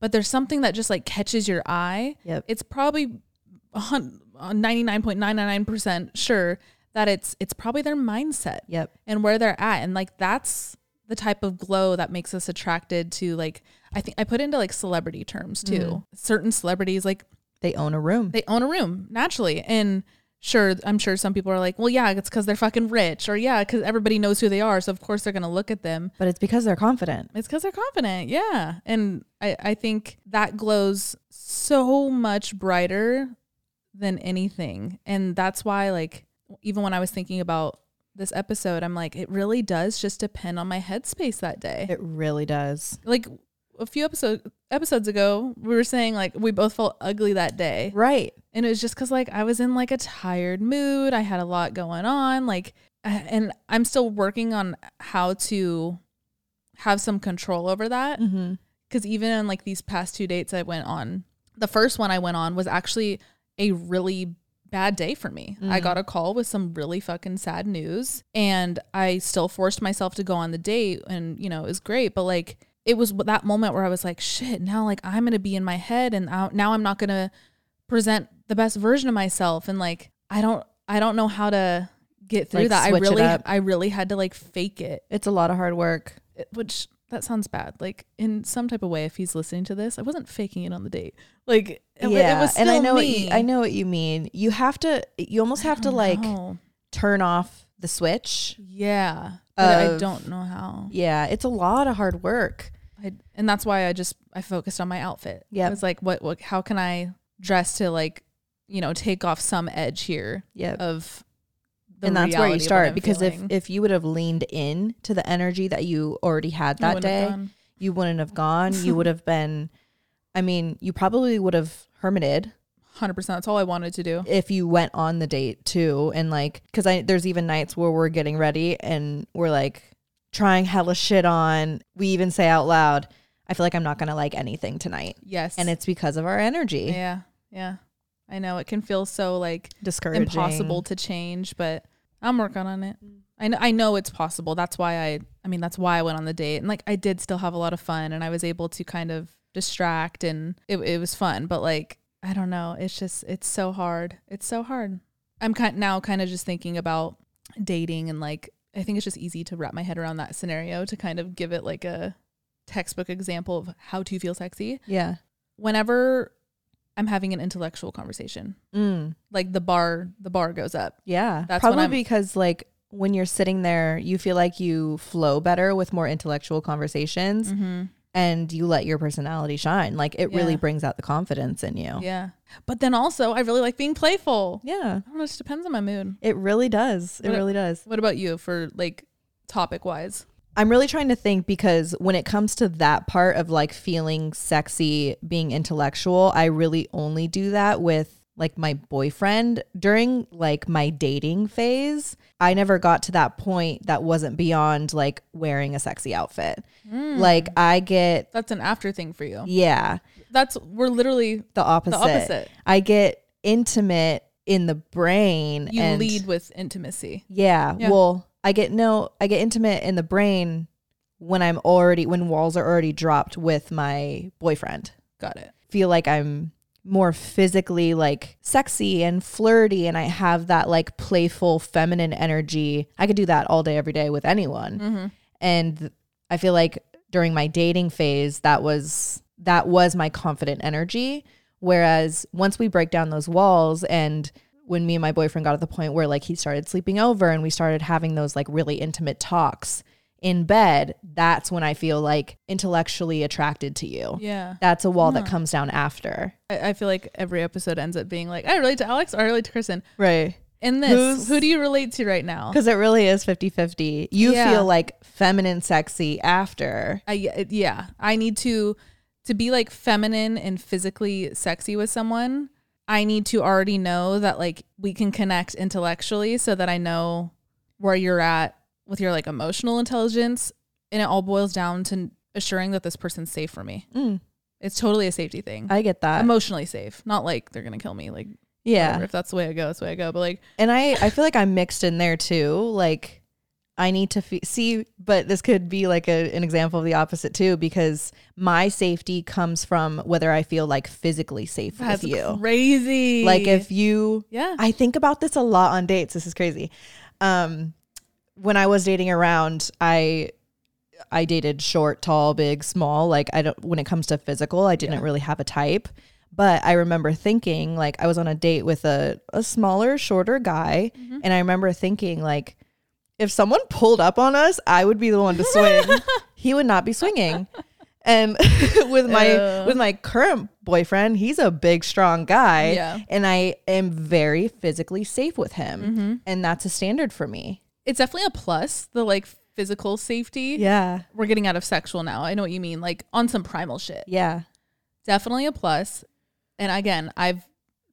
but there's something that just like catches your eye.
Yep.
It's probably a hun- a 99.999% sure that it's it's probably their mindset
Yep.
and where they're at and like that's the type of glow that makes us attracted to like i think i put into like celebrity terms too certain celebrities like
They own a room.
they own a room naturally and sure i'm sure some people are like well yeah it's because they're fucking rich or yeah because everybody knows who they are so of course they're gonna look at them
but it's because they're confident.
it's because they're confident yeah and I, I think that glows so much brighter than anything and that's why like even when i was thinking about this episode i'm like it really does just depend on my headspace that day
It really does.
like a few episode episodes ago we were saying like we both felt ugly that day
Right.
and it was just because like i was in like a tired mood i had a lot going on like uh, and i'm still working on how to have some control over that
Mhm.
because even on like these past two dates i went on the first one i went on was actually a really bad day for me
Mm.
i got a call with some really fucking sad news and i still forced myself to go on the date and you know it was great but like it was that moment where i was like shit now like i'm gonna be in my head and now now i'm not gonna present the best version of myself and like i don't i don't know how to get through
Like,
that i
switch it
really
up.
i really had to like fake it
It's a lot of hard work.
it- which that sounds bad. Like in some type of way, if he's listening to this, I wasn't faking it on the date. Like it, wa- it was still
and I
me.
know what you, I know what you mean. You have to. You almost have to
don't
like
know.
turn off the switch.
yeah. But I
of-
don't know how.
Yeah, it's a lot of hard work.
I, and that's why I just I focused on my outfit.
Yep.
I was like, what, what? How can I dress to like, you know, take off some edge here
Yep.
of. The
and that's where
reality
you
of what
start
I'm
because
feeling.
if if you would have leaned in to the energy that you already
I
had that
wouldn't have
day,
gone.
you wouldn't have
[laughs]
gone. You would have been. I mean, you probably would have hermited
100%, that's all I wanted to do.
if you went on the date too and like because i there's even nights where we're getting ready and we're like trying hella shit on we even say out loud i feel like i'm not gonna like anything tonight
Yes.
and it's because of our energy
yeah. Yeah. I know it can feel so like
discouraging
impossible to change, but I'm working on it. I know, I know it's possible. That's why I, I mean, that's why I went on the date. And like, I did still have a lot of fun and I was able to kind of distract and it, it was fun. But like, I don't know. It's just, it's so hard. It's so hard. I'm kind now kind of just thinking about dating and like, I think it's just easy to wrap my head around that scenario to kind of give it like a textbook example of how to feel sexy.
yeah
Whenever I'm having an intellectual conversation,
mm,
like the bar, the bar goes up.
yeah
That's what
probably
I'm-
because like when you're sitting there you feel like you flow better with more intellectual conversations and you let your personality shine like it really
Mm-hmm. Yeah.
brings out the confidence in you
Yeah. But then also, I really like being playful.
yeah
I don't know. It just depends on my mood.
it really does it
What-
really does
What about you for like topic wise?
I'm really trying to think because when it comes to that part of like feeling sexy, being intellectual, I really only do that with like my boyfriend during like my dating phase. I never got to that point that wasn't beyond like wearing a sexy outfit.
Hmm.
Like I get
That's an after thing for you.
yeah,
That's we're literally
the opposite.
the opposite.
I get intimate in the brain
You
and
lead with intimacy.
Yeah,
Yeah.
Well, I get no I get intimate in the brain when I'm already when walls are already dropped with my boyfriend.
Got it.
feel like I'm more physically like sexy and flirty and I have that like playful feminine energy. I could do that all day every day with anyone. And th- I feel like during my dating phase that was that was my confident energy whereas once we break down those walls and when me and my boyfriend got to the point where like he started sleeping over and we started having those like really intimate talks in bed, that's when I feel like intellectually attracted to you
Yeah.
that's a wall that comes down after.
I, I feel like every episode ends up being like, I relate to Alex or I relate to Kristen.
Right.
In this,
Who's-
who do you relate to right now?
Because it really is 50 50. You
Yeah.
feel like feminine sexy after.
I, it- yeah, I need to to be like feminine and physically sexy with someone. I need to already know that like we can connect intellectually, so that I know where you're at with your like emotional intelligence, and it all boils down to assuring that this person's safe for me.
Mm.
It's totally a safety thing,
I get that.
emotionally safe, not like they're gonna kill me. Like,
yeah.
whatever, if that's the way I go, that's the way I go. But like,
And I, I feel like I'm mixed in there too. Like, I need to fe- see, but this could be like a, an example of the opposite too, because my safety comes from whether I feel like physically safe
that's
with you.
crazy.
Like, if you
yeah,
I think about this a lot on dates. This is crazy. Um, when I was dating around, I I dated short, tall, big, small. Like I don't. When it comes to physical, I didn't really have a type. But I remember thinking, like, I was on a date with a a smaller, shorter guy,
Mm-hmm.
and I remember thinking, like, if someone pulled up on us, I would be the one
[laughs]
to swing. he would not be swinging. And [laughs] with my
Ew.
with my current boyfriend, he's a big, strong guy,
Yeah.
and I am very physically safe with him,
Mm-hmm.
and that's a standard for me.
it's definitely a plus. The like physical safety.
Yeah,
we're getting out of sexual now. I know what you mean, like on some primal shit.
yeah,
Definitely a plus. And again, I've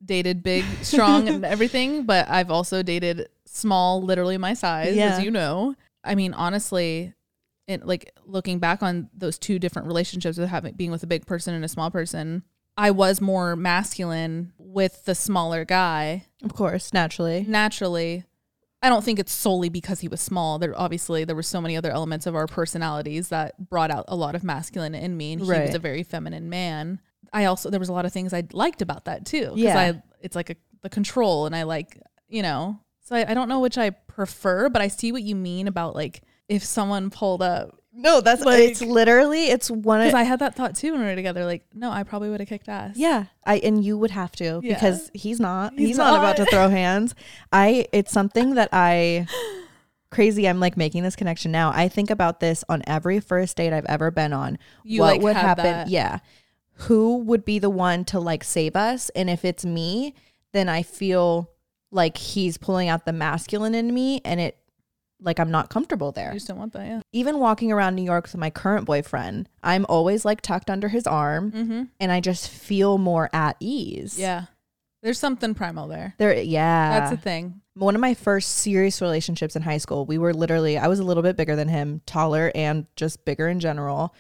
dated
[laughs]
big, strong, and everything, but I've also dated small, literally my size,
Yeah.
as you know. I mean, honestly, it like looking back on those two different relationships of having being with a big person and a small person, I was more masculine with the smaller guy
of course, naturally.
naturally i don't think it's solely because he was small there obviously there were so many other elements of our personalities that brought out a lot of masculine in me and he
Right.
was a very feminine man i also there was a lot of things i liked about that too because
Yeah.
i it's like a, the control and i like you know so I, I don't know which i prefer but i see what you mean about like if someone pulled up
No, that's
Like-
it's literally it's one of
because i had that thought too when we were together like no i probably would have kicked ass
yeah. I and you would have to
Yeah.
because he's not he's,
He's
not, about to
not.
throw hands. I it's something that I crazy. I'm like making this connection now. I think about this on every first date I've ever been on.
You, like, have that-
Yeah. Who would be the one to like save us? And if it's me, then I feel like he's pulling out the masculine in me and it like I'm not comfortable
i
there.
just don't want that yeah
Even walking around New York with my current boyfriend, I'm always like tucked under his arm
mm-hmm.
and I just feel more at ease.
yeah there's something primal there
There yeah.
that's a thing
one of my first serious relationships in high school we were literally i was a little bit bigger than him taller and just bigger in general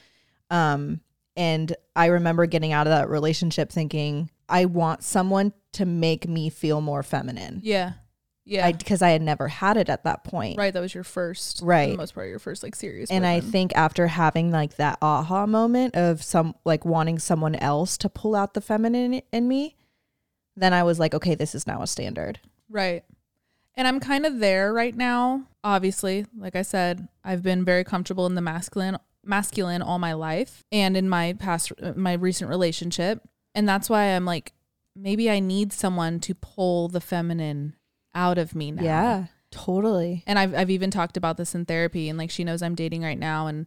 um and i remember getting out of that relationship thinking i want someone to make me feel more feminine
yeah yeah
because I, had never had it at that point
Right, that was your first, For
Right.
the most part, your first like serious.
and i
boyfriend.
think after having like that aha moment of some like wanting someone else to pull out the feminine in me then i was like okay this is now a standard
right, and I'm kind of there right now. Obviously, like I said, I've been very comfortable in the masculine, masculine all my life, and in my past, uh, my recent relationship, and that's why I'm like, maybe I need someone to pull the feminine out of me now.
yeah totally
and I've I've even talked about this in therapy and like she knows I'm dating right now and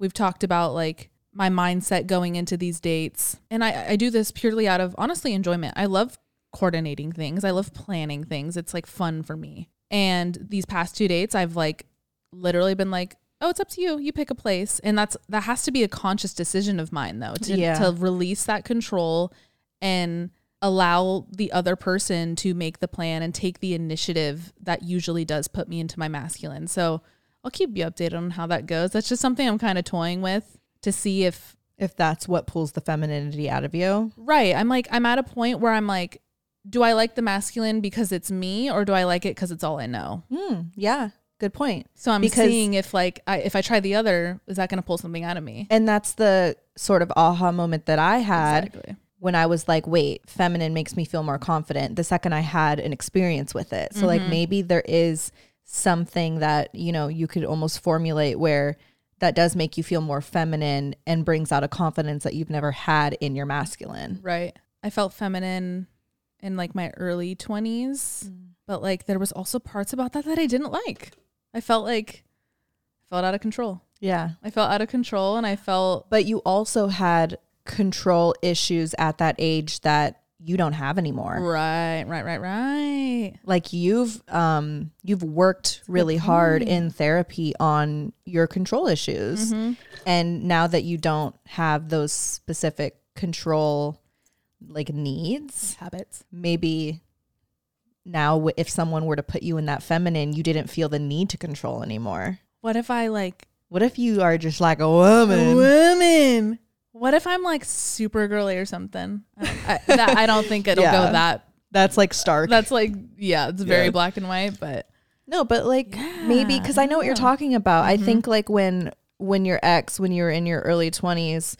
we've talked about like my mindset going into these dates. And I I do this purely out of honestly enjoyment. I love coordinating things. I love planning things. It's like fun for me. And these past two dates I've like literally been like, "Oh, it's up to you. You pick a place." And that's that has to be a conscious decision of mine though to
Yeah.
to release that control and allow the other person to make the plan and take the initiative that usually does put me into my masculine. So I'll keep you updated on how that goes. That's just something I'm kind of toying with to see if
if that's what pulls the femininity out of you.
right. I'm like I'm at a point where I'm like do I like the masculine because it's me or do I like it cuz it's all I know?
Mm, yeah, good point.
So I'm
Because-
seeing if like I, if I try the other is that going to pull something out of me?
And that's the sort of aha moment that I had
Exactly.
when I was like, wait, feminine makes me feel more confident the second I had an experience with it. So, like, maybe there is something that, you know, you could almost formulate where that does make you feel more feminine and brings out a confidence that you've never had in your masculine.
Right. I felt feminine in like my early 20s, but like there was also parts about that that I didn't like. I felt like I felt out of control.
Yeah.
I felt out of control and I felt
But you also had control issues at that age that you don't have anymore.
right, right, right, right.
like you've um you've worked really hard in therapy on your control issues and now that you don't have those specific control like needs
Habits.
maybe now w- if someone were to put you in that feminine you didn't feel the need to control anymore
What if I like
what if you are just like a woman
women? What if I'm like super girly or something? I, I, that, I don't think it'll
Yeah.
go that.
that's like stark
That's like yeah, it's very
Yeah.
black and white, but
No, but like maybe because I know what you're talking about.
Mm-hmm.
I think like when when your ex, when you were in your early twenties,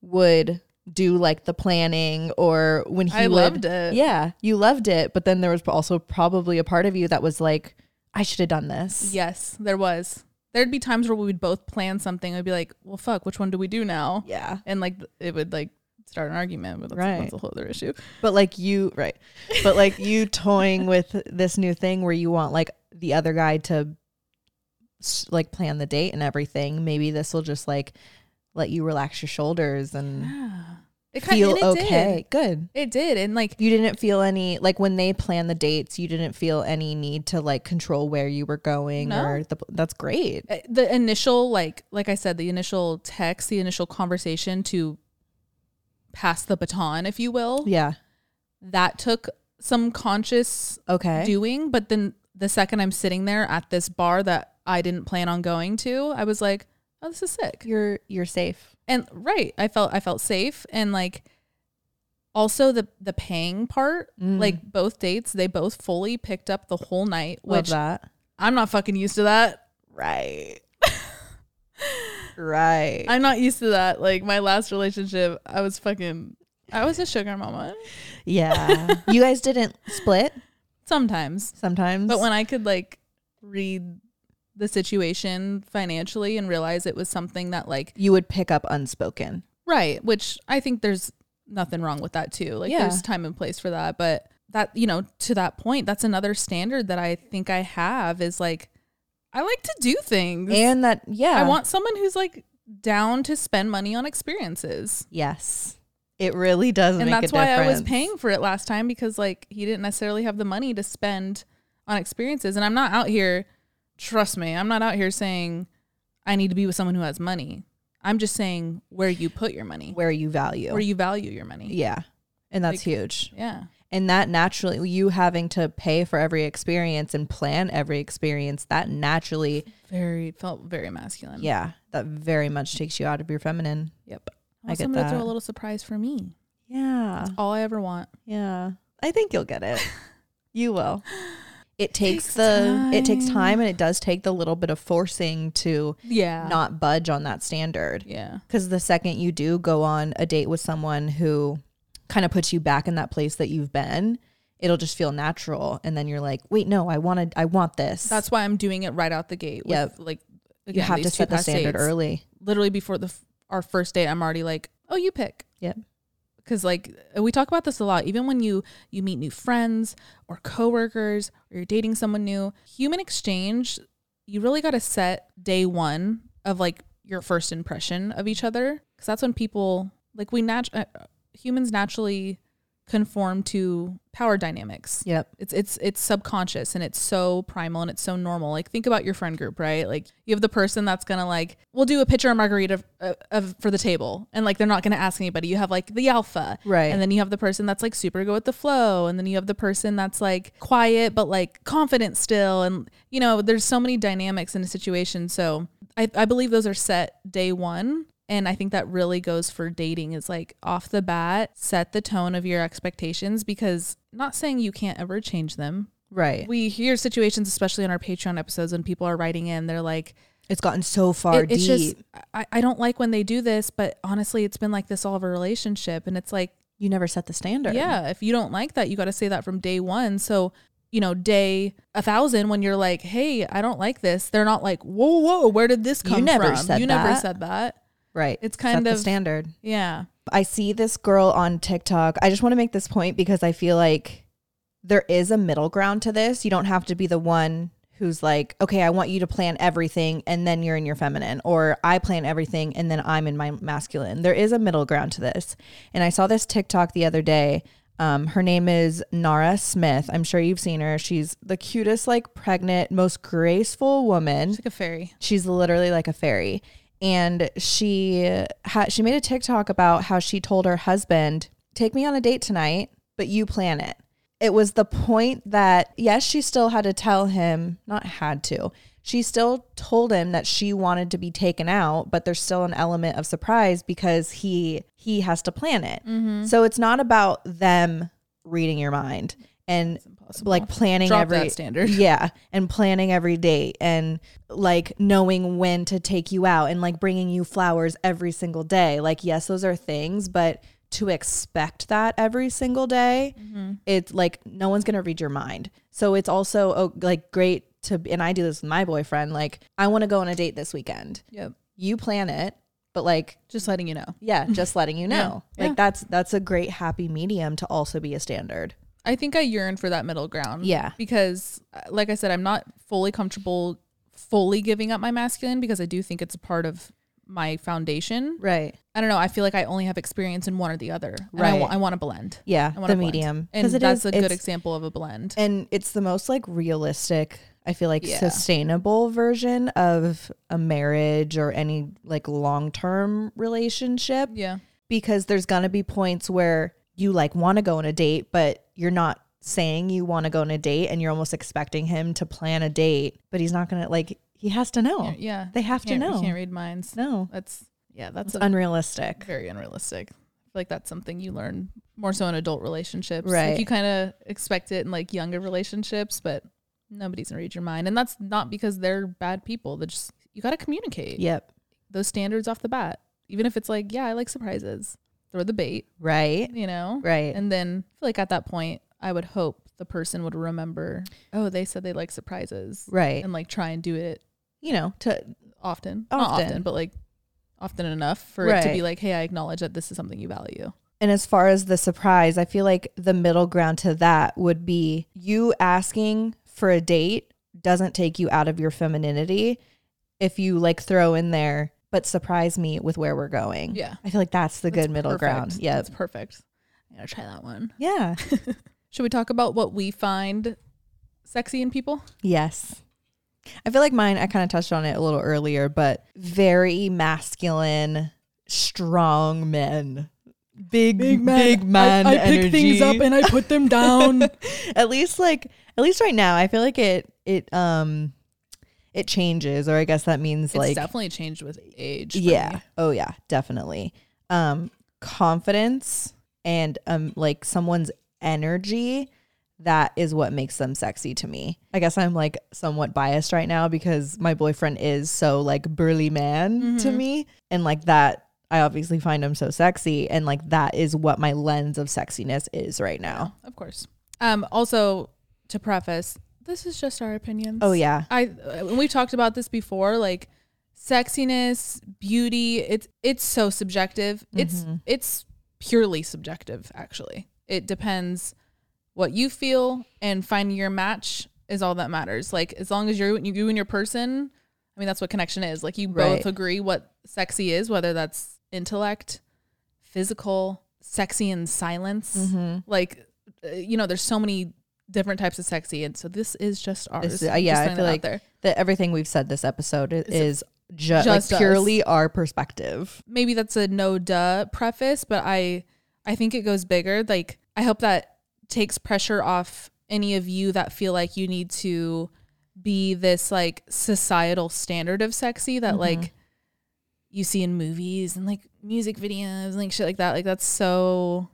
would do like the planning, or when he
I
would-
loved it.
Yeah, you loved it, but then there was also probably a part of you that was like, I should have done this.
Yes, there was. There'd be times where we would both plan something. I'd be like, "Well, fuck, which one do we do now?"
Yeah,
And like, th- it would like start an argument, but that's,
Right.
that's a whole other issue.
but like you, right? But like you toying with this new thing where you want like the other guy to s- like plan the date and everything. Maybe this will just like let you relax your shoulders and.
It kind
feel
of
okay. Good.
Did. It did, and like,
You didn't feel any like when they plan the dates, you didn't feel any need to like control where you were going
No.
or the that's great.
uh, the initial like, like I said, the initial text, the initial conversation to pass the baton, if you will,
Yeah.
that took some conscious
Okay.
doing. But then the second I'm sitting there at this bar that I didn't plan on going to, I was like, "Oh, this is sick."
you're you're safe.
and right i felt i felt safe and like also the the paying part
Mm.
like both dates they both fully picked up the whole night
Love
which
that.
i'm not fucking used to that [laughs]
Right. right.
i'm not used to that like my last relationship i was fucking i was a sugar mama
yeah. you guys didn't split
sometimes
sometimes.
but when i could like read the situation financially and realize it was something that like
you would pick up unspoken.
Right, which I think there's nothing wrong with that too. Like
Yeah.
there's time and place for that, but that you know, to that point, that's another standard that I think I have is like I like to do things.
And that yeah.
I want someone who's like down to spend money on experiences.
Yes. It really does
and
make a
that's why I was
difference.
paying for it last time because like he didn't necessarily have the money to spend on experiences and I'm not out here trust me, I'm not out here saying I need to be with someone who has money. I'm just saying where you put your money.
where you value.
Where you value your money.
yeah. And that's huge.
Yeah.
and that naturally you having to pay for every experience and plan every experience that naturally
Very felt very masculine.
yeah that very much takes you out of your feminine
Yep. I
I
want
get
someone to throw
that.
a little surprise for me.
yeah
All I ever want.
yeah i think you'll get [laughs] it you will it takes, the it takes time and it does take the little bit of forcing to
Yeah.
not budge on that standard
yeah.
because the second you do go on a date with someone who kind of puts you back in that place that you've been it'll just feel natural and then you're like wait no i wanted i want this
That's why I'm doing it right out the gate. With,
Yep.
Like
you
again,
have to
these two
set the
past
standard
dates.
early.
Literally before the f- our first date, I'm already like, oh, you pick.
Yep.
Because like we talk about this a lot. Even when you you meet new friends or coworkers or you're dating someone new, human exchange, you really got to set day one of like your first impression of each other because that's when people like we nat- uh, humans naturally conform to power dynamics.
Yep.
It's it's it's subconscious and it's so primal and it's so normal. Like think about your friend group, right? Like you have the person that's gonna like we'll do a pitcher of margarita uh, of for the table, and like they're not gonna ask anybody. You have like the alpha,
Right.
And then you have the person that's like super go with the flow, and then you have the person that's like quiet but like confident still, and you know there's so many dynamics in a situation. So I I believe those are set day one. And I think that really goes for dating is like off the bat, set the tone of your expectations because not saying you can't ever change them.
Right.
We hear situations, especially on our Patreon episodes, when people are writing in, they're like,
it's gotten so far
it-
deep.
it's just, I, I don't like when they do this, but honestly, it's been like this all of a relationship. And it's like,
you never set the standard.
yeah, if you don't like that, you got to say that from day one. So, you know, day a thousand, when you're like, hey, I don't like this, they're not like, whoa, whoa, where did this
You
come
never
from?
said
you never
that.
said that.
Right.
It's kind
set
of-
the standard.
Yeah.
I see this girl on TikTok. I just want to make this point because I feel like there is a middle ground to this. You don't have to be the one who's like, okay, I want you to plan everything and then you're in your feminine, or I plan everything and then I'm in my masculine. There is a middle ground to this. And I saw this TikTok the other day. Um, her name is Nara Smith. I'm sure you've seen her. She's the cutest, like pregnant, most graceful woman.
It's like a fairy.
She's literally like a fairy. And she ha- she made a TikTok about how she told her husband, "Take me on a date tonight, but you plan it." It was the point that yes, she still had to tell him, not had to. She still told him that she wanted to be taken out, but there's still an element of surprise because he he has to plan it.
Mm-hmm.
So it's not about them reading your mind and
Impossible.
like planning
Drop
every
that standard. [laughs]
yeah, and planning every date and like knowing when to take you out and like bringing you flowers every single day. Like yes, those are things, but to expect that every single day,
Mm-hmm.
it's like no one's going to read your mind. So it's also oh, like great to and I do this with my boyfriend like I want to go on a date this weekend.
Yep.
You plan it, but like
Just letting you know. [laughs]
yeah, just letting you know.
Yeah.
Like
Yeah.
that's that's a great happy medium to also be a standard.
I think I yearn for that middle ground.
Yeah.
Because, uh, like I said, I'm not fully comfortable fully giving up my masculine because I do think it's a part of my foundation.
Right.
I don't know. I feel like I only have experience in one or the other. And I,
Right.
wa- I want to blend.
Yeah,
I want
the
a blend.
medium.
And
'Cause it
that's
is-
a
it's-
good example of a blend.
and it's the most like realistic i feel like
Yeah.
sustainable version of a marriage or any like long-term relationship
yeah.
because there's gonna be points where you like want to go on a date but you're not saying you want to go on a date and you're almost expecting him to plan a date but he's not gonna like he has to know
Yeah.
Oh, they have to
Can't- you
know
can't read minds.
no
That's, yeah, that's
it's
a,
unrealistic
very unrealistic. I feel like that's something you learn more so in adult relationships.
Right.
Like you kind of expect it in like younger relationships, but nobody's gonna read your mind, and that's not because they're bad people. They just you gotta communicate
yep
those standards off the bat, even if it's like, yeah, I like surprises, throw the bait,
right
you know,
right
and then I feel like at that point, I would hope the person would remember, oh, they said they like surprises,
right
and like try and do it
you know to
often, not
Often.
often, but like often enough for it to
Right.
be like, hey, I acknowledge that this is something you value.
And as far as the surprise, I feel like the middle ground to that would be you asking for a date doesn't take you out of your femininity if you like throw in there, but surprise me with where we're going.
Yeah.
I feel like that's the
That's
good middle
perfect.
ground. Yep.
That's perfect. I'm gonna try that one.
Yeah.
Should we talk about what we find sexy in people?
yes. I feel like mine, I kind of touched on it a little earlier, but very masculine, strong men. Big, big man, energy.
and I put them
[laughs]
down.
at least like at least right now i feel like it it um it changes or i guess that means
it's
like
definitely changed with age. for
yeah
me.
oh yeah definitely um confidence and um like someone's energy that is what makes them sexy to me i guess i'm like somewhat biased right now because my boyfriend is so like burly man
Mm-hmm.
to me and like that i obviously find him so sexy and like that is what my lens of sexiness is right now
of course. Um, also to preface, this is just our opinions.
oh yeah
I and we've talked about this before, like sexiness, beauty, it's it's so subjective. It's
Mm-hmm.
it's purely subjective actually. It depends what you feel and finding your match is all that matters. Like as long as you're you and your person, I mean that's what connection is. Like you
Right.
both agree what sexy is, whether that's intellect, physical, sexy in silence.
Mm-hmm.
Like, uh, you know, there's so many different types of sexy, and so this is just ours.
This is- uh, yeah,
Just
I
throwing
feel
that out
like
there.
That everything we've said this episode i- is ju-
just us.
like purely our perspective.
maybe that's a no duh preface, but I I think it goes bigger. Like I hope that takes pressure off any of you that feel like you need to be this like societal standard of sexy that
Mm-hmm.
like you see in movies and like music videos and like shit like that. Like that's so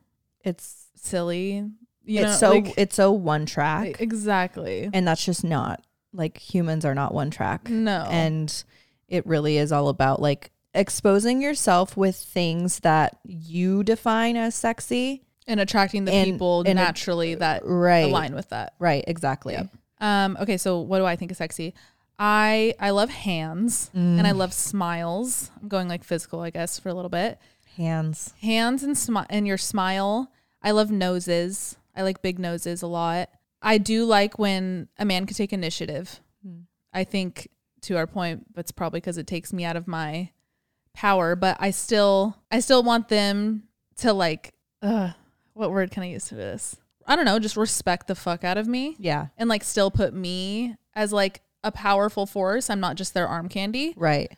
It's
silly. You
it's
know,
so
like-
it's so one track,
exactly.
and that's just not like humans are not one track.
No.
and it really is all about like exposing yourself with things that you define as sexy
and attracting the
and-
people
and a-
naturally that
right
align with that.
right exactly
Yep. Um, okay, so what do I think is sexy? I I love hands
Mm.
and I love smiles. I'm going like physical, I guess, for a little bit.
hands
Hands and smi- and your smile. I love noses. I like big noses a lot. I do like when a man can take initiative. I think to our point, that's probably because it takes me out of my power, but I still I still want them to like uh what word can I use for this? I don't know, just respect the fuck out of me
yeah
and like still put me as like a powerful force. I'm not just their arm candy,
right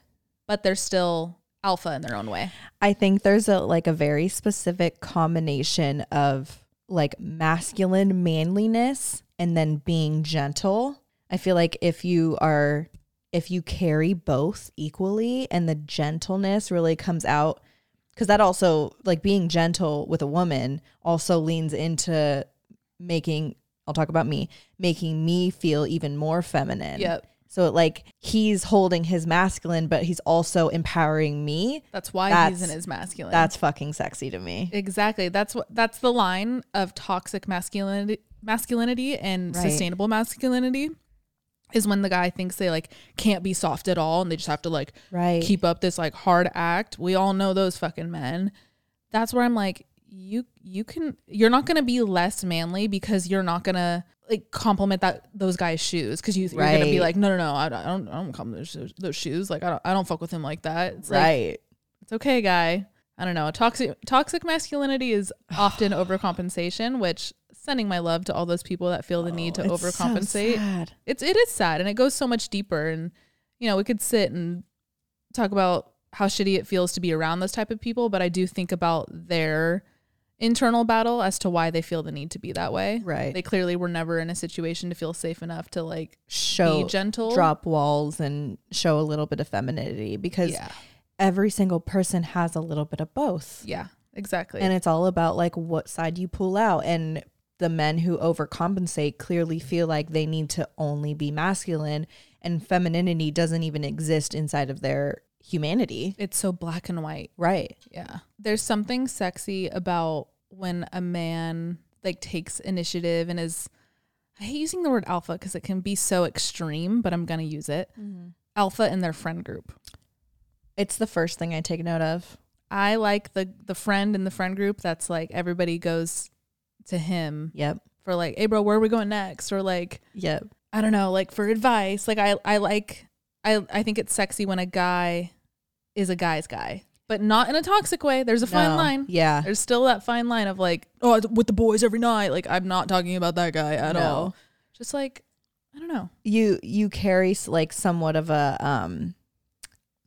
but they're still alpha in their own way.
i think there's a like a very specific combination of like masculine manliness and then being gentle i feel like if you are if you carry both equally and the gentleness really comes out because that also like being gentle with a woman also leans into making i'll talk about me making me feel even more feminine
Yep.
so like he's holding his masculine but he's also empowering me
That's why
That's-
he's in his masculine.
that's fucking sexy to me
exactly. That's what that's the line of toxic masculinity masculinity and
Right.
sustainable masculinity is when the guy thinks they like can't be soft at all and they just have to like
right
keep up this like hard act. We all know those fucking men. That's where I'm like, you you can you're not gonna be less manly because you're not gonna like compliment that those guys' shoes because you you're gonna be like,
Right.
no no no, I don't I don't, I don't compliment those, those shoes. Like I don't I don't fuck with him like that. It's like
right
it's okay, guy. I don't know. Toxic toxic masculinity
[sighs]
is often overcompensation, which sending my love to all those people that feel the need
Oh,
to overcompensate it's it is sad and it goes so much deeper and you know we could sit and talk about how shitty it feels to be around those type of people but i do think about their internal battle as to why they feel the need to be that way
Right.
they clearly were never in a situation to feel safe enough to like
show
be gentle
drop walls and show a little bit of femininity because
yeah
every single person has a little bit of both
yeah exactly
and it's all about like what side you pull out and the men who overcompensate clearly feel like they need to only be masculine and femininity doesn't even exist inside of their humanity
it's so black and white
right
Yeah. There's something sexy about when a man like takes initiative and is I hate using the word alpha because it can be so extreme, but I'm gonna use it. Alpha in their friend group.
it's the first thing i take note of
I like the the friend in the friend group that's like everybody goes to him
yep
for like, hey bro, where are we going next? Or like,
yep
I don't know, like for advice. Like I I like I I think it's sexy when a guy is a guy's guy. But not in a toxic way. There's a fine
No.
line.
yeah
There's still that fine line of like, oh, with the boys every night. Like, I'm not talking about that guy at
No.
all. Just like, I don't know.
you you carry s- like somewhat of a um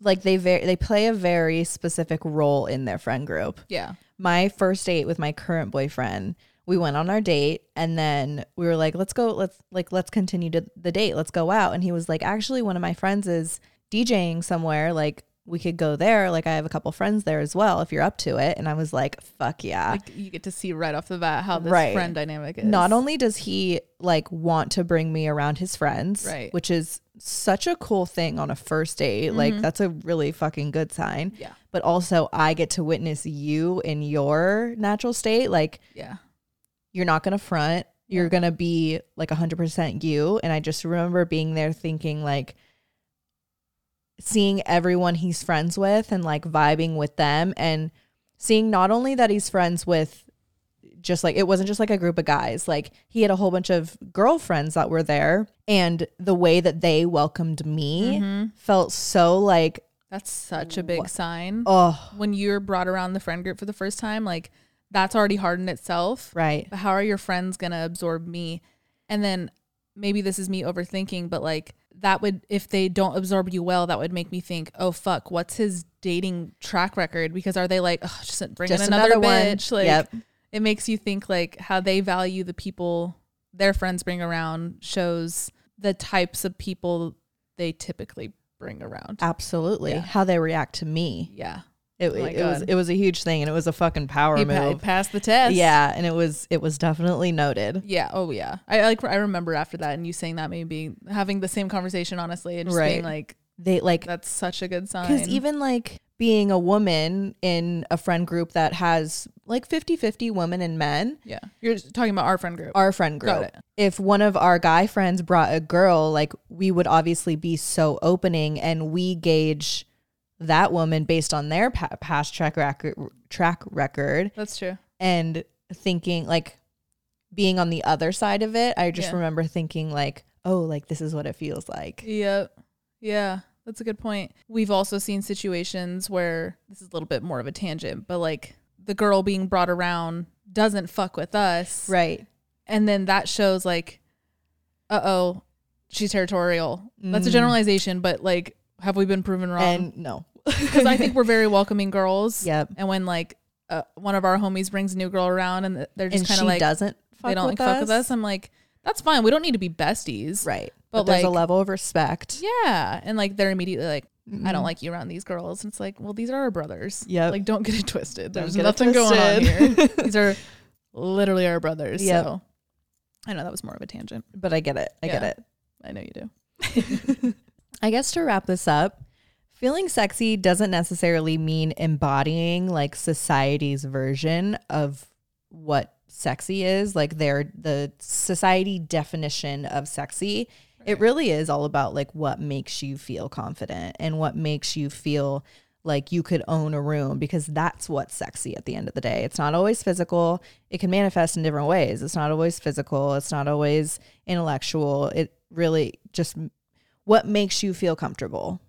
like they very they play a very specific role in their friend group
Yeah.
my first date with my current boyfriend we went on our date and then we were like let's go let's like let's continue to the date let's go out and he was like actually one of my friends is djing somewhere like we could go there like i have a couple friends there as well if you're up to it and i was like fuck yeah
Like, you get to see right off the bat how this
Right.
friend dynamic is.
not only does he like want to bring me around his friends,
Right.
which is such a cool thing on a first date. Like that's a really fucking good sign.
Mm-hmm. Yeah.
But also I get to witness you in your natural state. Like
Yeah.
you're not going to front. You're going to be like 100% you and I just remember being there thinking like seeing everyone he's friends with and like vibing with them and seeing not only that he's friends with just like it wasn't just like a group of guys like he had a whole bunch of girlfriends that were there and the way that they welcomed
Mm-hmm.
me felt so like
That's such a big sign.
oh
When you're brought around the friend group for the first time, like, that's already hard in itself.
Right.
But how are your friends going to absorb me? And then maybe this is me overthinking, but like that would, if they don't absorb you well, that would make me think, oh fuck, what's his dating track record? Because are they like, oh, just bring
Just
in another,
another one.
bitch? Like,
Yep.
it makes you think like how they value the people their friends bring around shows the types of people they typically bring around.
Absolutely.
Yeah.
How they react to me.
Yeah.
It,
Oh my
it was
God.
it was a huge thing and it was a fucking power
He pa-
move.
passed the test.
Yeah, and it was it was definitely noted.
Yeah. Oh, yeah. I like. I remember after that, and you saying that maybe having the same conversation, honestly, and just being
Right.
like,
They like
"That's such a good sign."
Because even like being a woman in a friend group that has like 50 50 women and men,
yeah, you're just talking about our friend group.
our friend group.
Got it.
If one of our guy friends brought a girl, like we would obviously be so opening and we gauge that woman based on their pa- past track record, track record
That's true.
and thinking like being on the other side of it. I just
Yeah.
remember thinking like, oh, like this is what it feels like.
Yep. Yeah. That's a good point. We've also seen situations where this is a little bit more of a tangent, but like the girl being brought around doesn't fuck with us.
Right.
And then that shows like, uh oh, she's territorial. That's a generalization, but like, have we been proven wrong?
Mm.
[laughs]
And no.
Because I
[laughs]
think we're very welcoming girls.
Yep.
And when like uh, one of our homies brings a new girl around and they're just
And
kind
she
of like,
doesn't fuck
they don't like
with
fuck with us, I'm like, that's fine. We don't need to be besties.
Right.
But,
But, there's a
like-
level of respect. Mm-hmm.
Yeah. And like they're immediately like, I don't like you around these girls. And it's like, well, these are our brothers.
Yep.
Like, don't get it twisted.
Don't
There's
get it
nothing going on
[laughs] twisted.
here. [laughs] these are literally our brothers.
Yep.
So I know that was more of a tangent.
But I get it. I get
Yeah.
it.
I know you do.
I guess to wrap this up, feeling sexy doesn't necessarily mean embodying like society's version of what sexy is, like their the society definition of sexy. It really is all about like what makes you feel confident and what makes you feel like you could own a room because that's what's sexy at the end of the day. It's not always physical. It can manifest in different ways. It's not always physical. It's not always intellectual. It really just what makes you feel comfortable.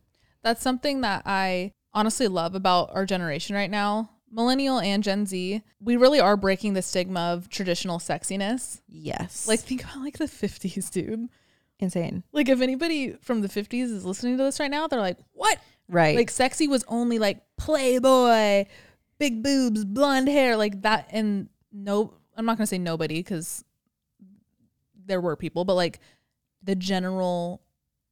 That's something that I honestly love about our generation right now. Millennial and Gen Z, we really are breaking the stigma of traditional sexiness.
Yes.
Like, think about like the 50s, dude.
insane.
Like, if anybody from the 50s is listening to this right now, they're like, what?
Right.
like sexy was only like playboy big boobs blonde hair like that and no i'm not gonna say nobody because there were people but like the general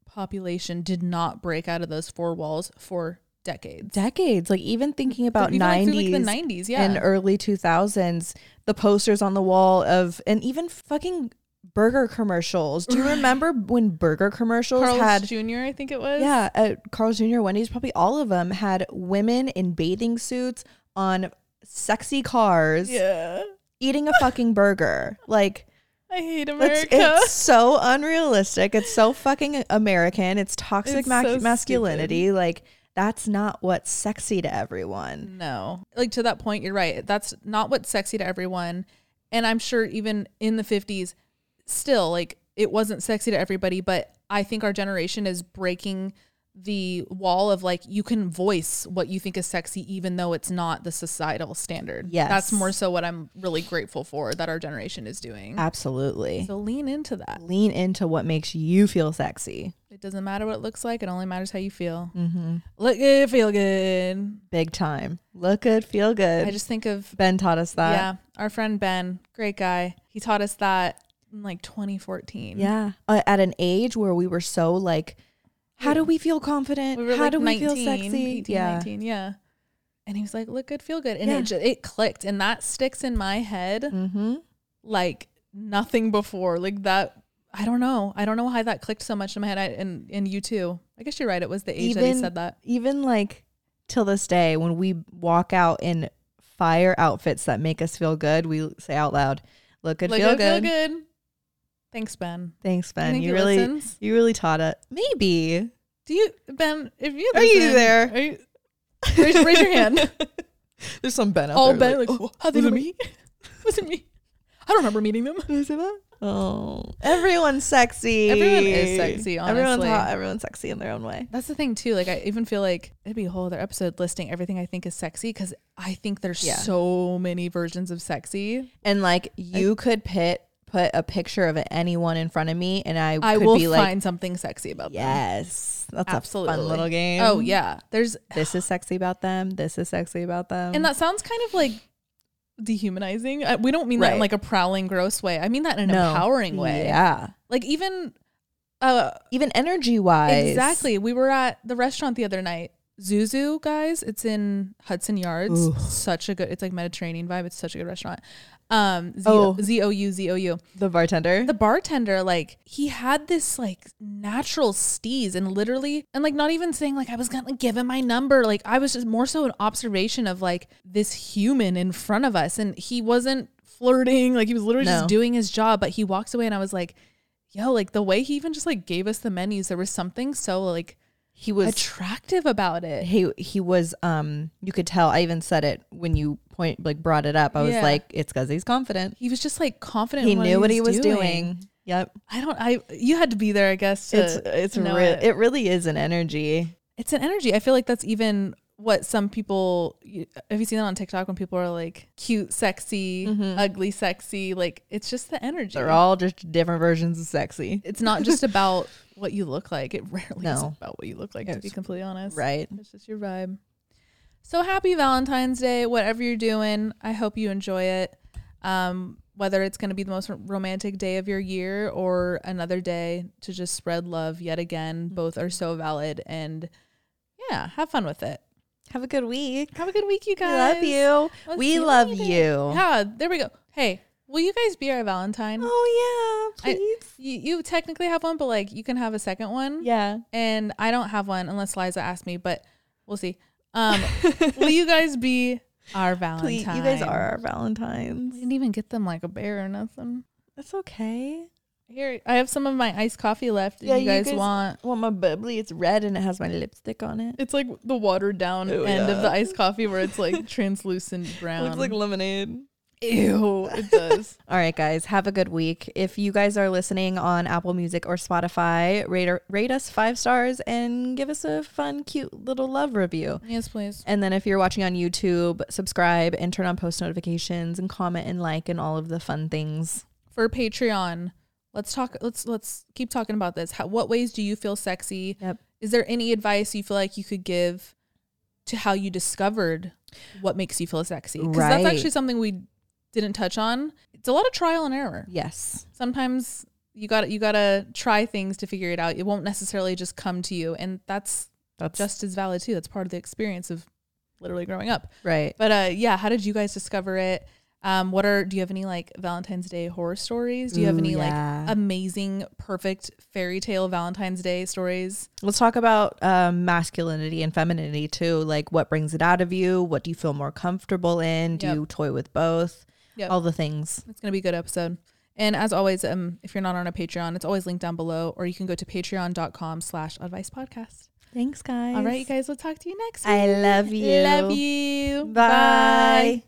population did not break out of those four walls for decades
decades. Like even thinking about
Even, like, through, like,
nineties
the 90s yeah
and early two thousands, the posters on the wall of and even fucking burger commercials. Do you remember when burger commercials
Carl's
had
junior i think it was
yeah, uh, Carl's Jr., Wendy's, probably all of them had women in bathing suits on sexy cars
yeah
eating a fucking burger. Like
i hate
It's,
america [laughs]
it's so unrealistic. It's so fucking American. It's toxic
It's
ma-
so
masculinity. Like that's not what's sexy to
Mm-hmm.
everyone.
No. Like to that point, you're right. That's not what's sexy to everyone. And I'm sure even in the 50s, still, like it wasn't sexy to everybody. But I think our generation is breaking the wall of like you can voice what you think is sexy, even though it's not the societal standard.
Yes.
That's more so what I'm really grateful for that our generation is doing.
Absolutely.
So lean into that.
Lean into what makes you feel sexy.
It doesn't matter what it looks like, it only matters how you feel.
Mm-hmm.
Look good, feel good.
Big time. Look good, feel good.
I just think of
ben taught us that.
yeah, our friend Ben, great guy. He taught us that in like 2014.
Yeah. Uh, at an age where we were so like, how do we feel confident?
we were
how
like
do we
19,
feel sexy?
18, 19, yeah. And he was like, "Look good, feel good," and
Yeah.
it just, it clicked, and that sticks in my head
Mm-hmm.
like nothing before. Like that, I don't know, I don't know why that clicked so much in my head. I, and and you too. I guess you're right. It was the age that he
Even-
said that.
even like till this day when we walk out in fire outfits that make us feel good we say out loud look good
Look
feel, good.
feel good. Thanks, Ben.
thanks
You
ben
think
you
he
really
listens?
you really taught it maybe
Do you, Ben? If you
Are you
listen-
there?
Are you, raise,
[laughs]
raise your hand.
there's some ben out
all
there
[laughs] Ben like,
oh,
how
was it
me? was it me? I don't remember meeting them.
Did I say that? Oh, everyone's sexy.
Everyone is sexy,
Everyone's
honestly.
hot. Everyone's sexy in their own way.
That's the thing too. Like I even feel like it'd be a whole other episode listing everything I think is sexy because I think there's
Yeah.
so many versions of sexy.
And like you could pit put a picture of anyone in front of me, and I,
I
could
will
be like,
find something sexy about them.
yes, that's a
Absolutely.
fun little game.
Oh yeah, there's
this is sexy about them. This is sexy about them.
and that sounds kind of like dehumanizing. Uh, We don't mean that in
Right.
like a prowling, gross way. I mean that in an
No.
empowering way.
Yeah.
Like even uh,
Even energy wise.
Exactly. We were at the restaurant the other night. Zuzu, guys, it's in Hudson Yards.
Ooh.
Such a good. It's like Mediterranean vibe. It's such a good restaurant. Um, Z
Oh.
O U Z O U.
The bartender.
The bartender, like, he had this like natural steeze, and literally, and like, not even saying like I was gonna give him my number. Like, I was just more so an observation of like this human in front of us, and he wasn't flirting. Like, he was literally
No.
just doing his job. But he walks away, and I was like, yo, like the way he even just like gave us the menus, there was something so like
he was
attractive about it.
he he was um you could tell I even said it when you point like brought it up. I was
Yeah.
like, it's cause he's confident.
He was just like confident.
He
in
knew what he was doing. Yep.
I don't. I you had to be there, I guess. To,
it's it's
to know
real
it.
it really is an energy.
It's an energy. I feel like that's even what some people. you- Have you seen that on TikTok when people are like cute, sexy, ugly, sexy? Like it's just the energy.
Mm-hmm. They're all just different versions of sexy.
it's not
[laughs]
just about what you look like. It rarely is
No.
about what you look like. to
It's-
be completely honest,
Right.
It's just your vibe. So happy Valentine's Day, whatever you're doing. I hope you enjoy it. Um, whether it's going to be the most romantic day of your year or another day to just spread love yet
Mm-hmm.
again, both are so valid. And yeah, have fun with it.
Have a good week.
Have a good week, you
We
guys.
love you.
I'll see
we love
later.
you.
Yeah, there we go. Hey, will you guys be our Valentine?
Oh yeah.
I-
Please.
You, you technically have one, but like you can have a second one.
yeah.
and I don't have one unless Liza asked me, but we'll see.
[laughs]
Um, will you guys be our Valentine?
Please, you guys are our
We
Valentines.
didn't even get them like a bear or nothing.
That's okay.
Here, I have some of my iced coffee left. If
Yeah,
you,
you
guys
guys-
want?
Well, my bubbly, it's red and it has my lipstick on it.
It's like the watered down
Ew,
end of
Oh, yeah.
the iced coffee where it's like [laughs] translucent brown.
Um, lemonade.
ew. It does.
[laughs] All right, guys, have a good week. If you guys are listening on Apple Music or Spotify, rate, rate us five stars and give us a fun, cute little love review.
yes, please.
And then if you're watching on YouTube, subscribe and turn on post notifications and comment and like and all of the fun things.
For Patreon, let's talk. Let's let's keep talking about this. How, what ways do you feel sexy?
Yep.
Is there any advice you feel like you could give to how you discovered what makes you feel sexy? Because that's
Right.
actually something we didn't touch on. It's a lot of trial and error.
Yes.
Sometimes you got you got to try things to figure it out. It won't necessarily just come to you, and that's
That's
just as valid too. That's part of the experience of literally growing up.
right.
But uh, yeah, how did you guys discover it? Um, what are do you have any like Valentine's Day horror stories? Do you have
Ooh,
any
yeah.
like amazing, perfect fairy tale Valentine's Day stories?
Let's talk about um, masculinity and femininity too. Like what brings it out of you? What do you feel more comfortable in? Do
Yep.
you toy with both?
Yep.
All the things.
It's going to be a good episode. And as always, um, if you're not on a Patreon, it's always linked down below, or you can go to patreon.com slash advice podcast.
Thanks, guys.
All right, you guys, we'll talk to you next week.
I love you.
Love you.
Bye.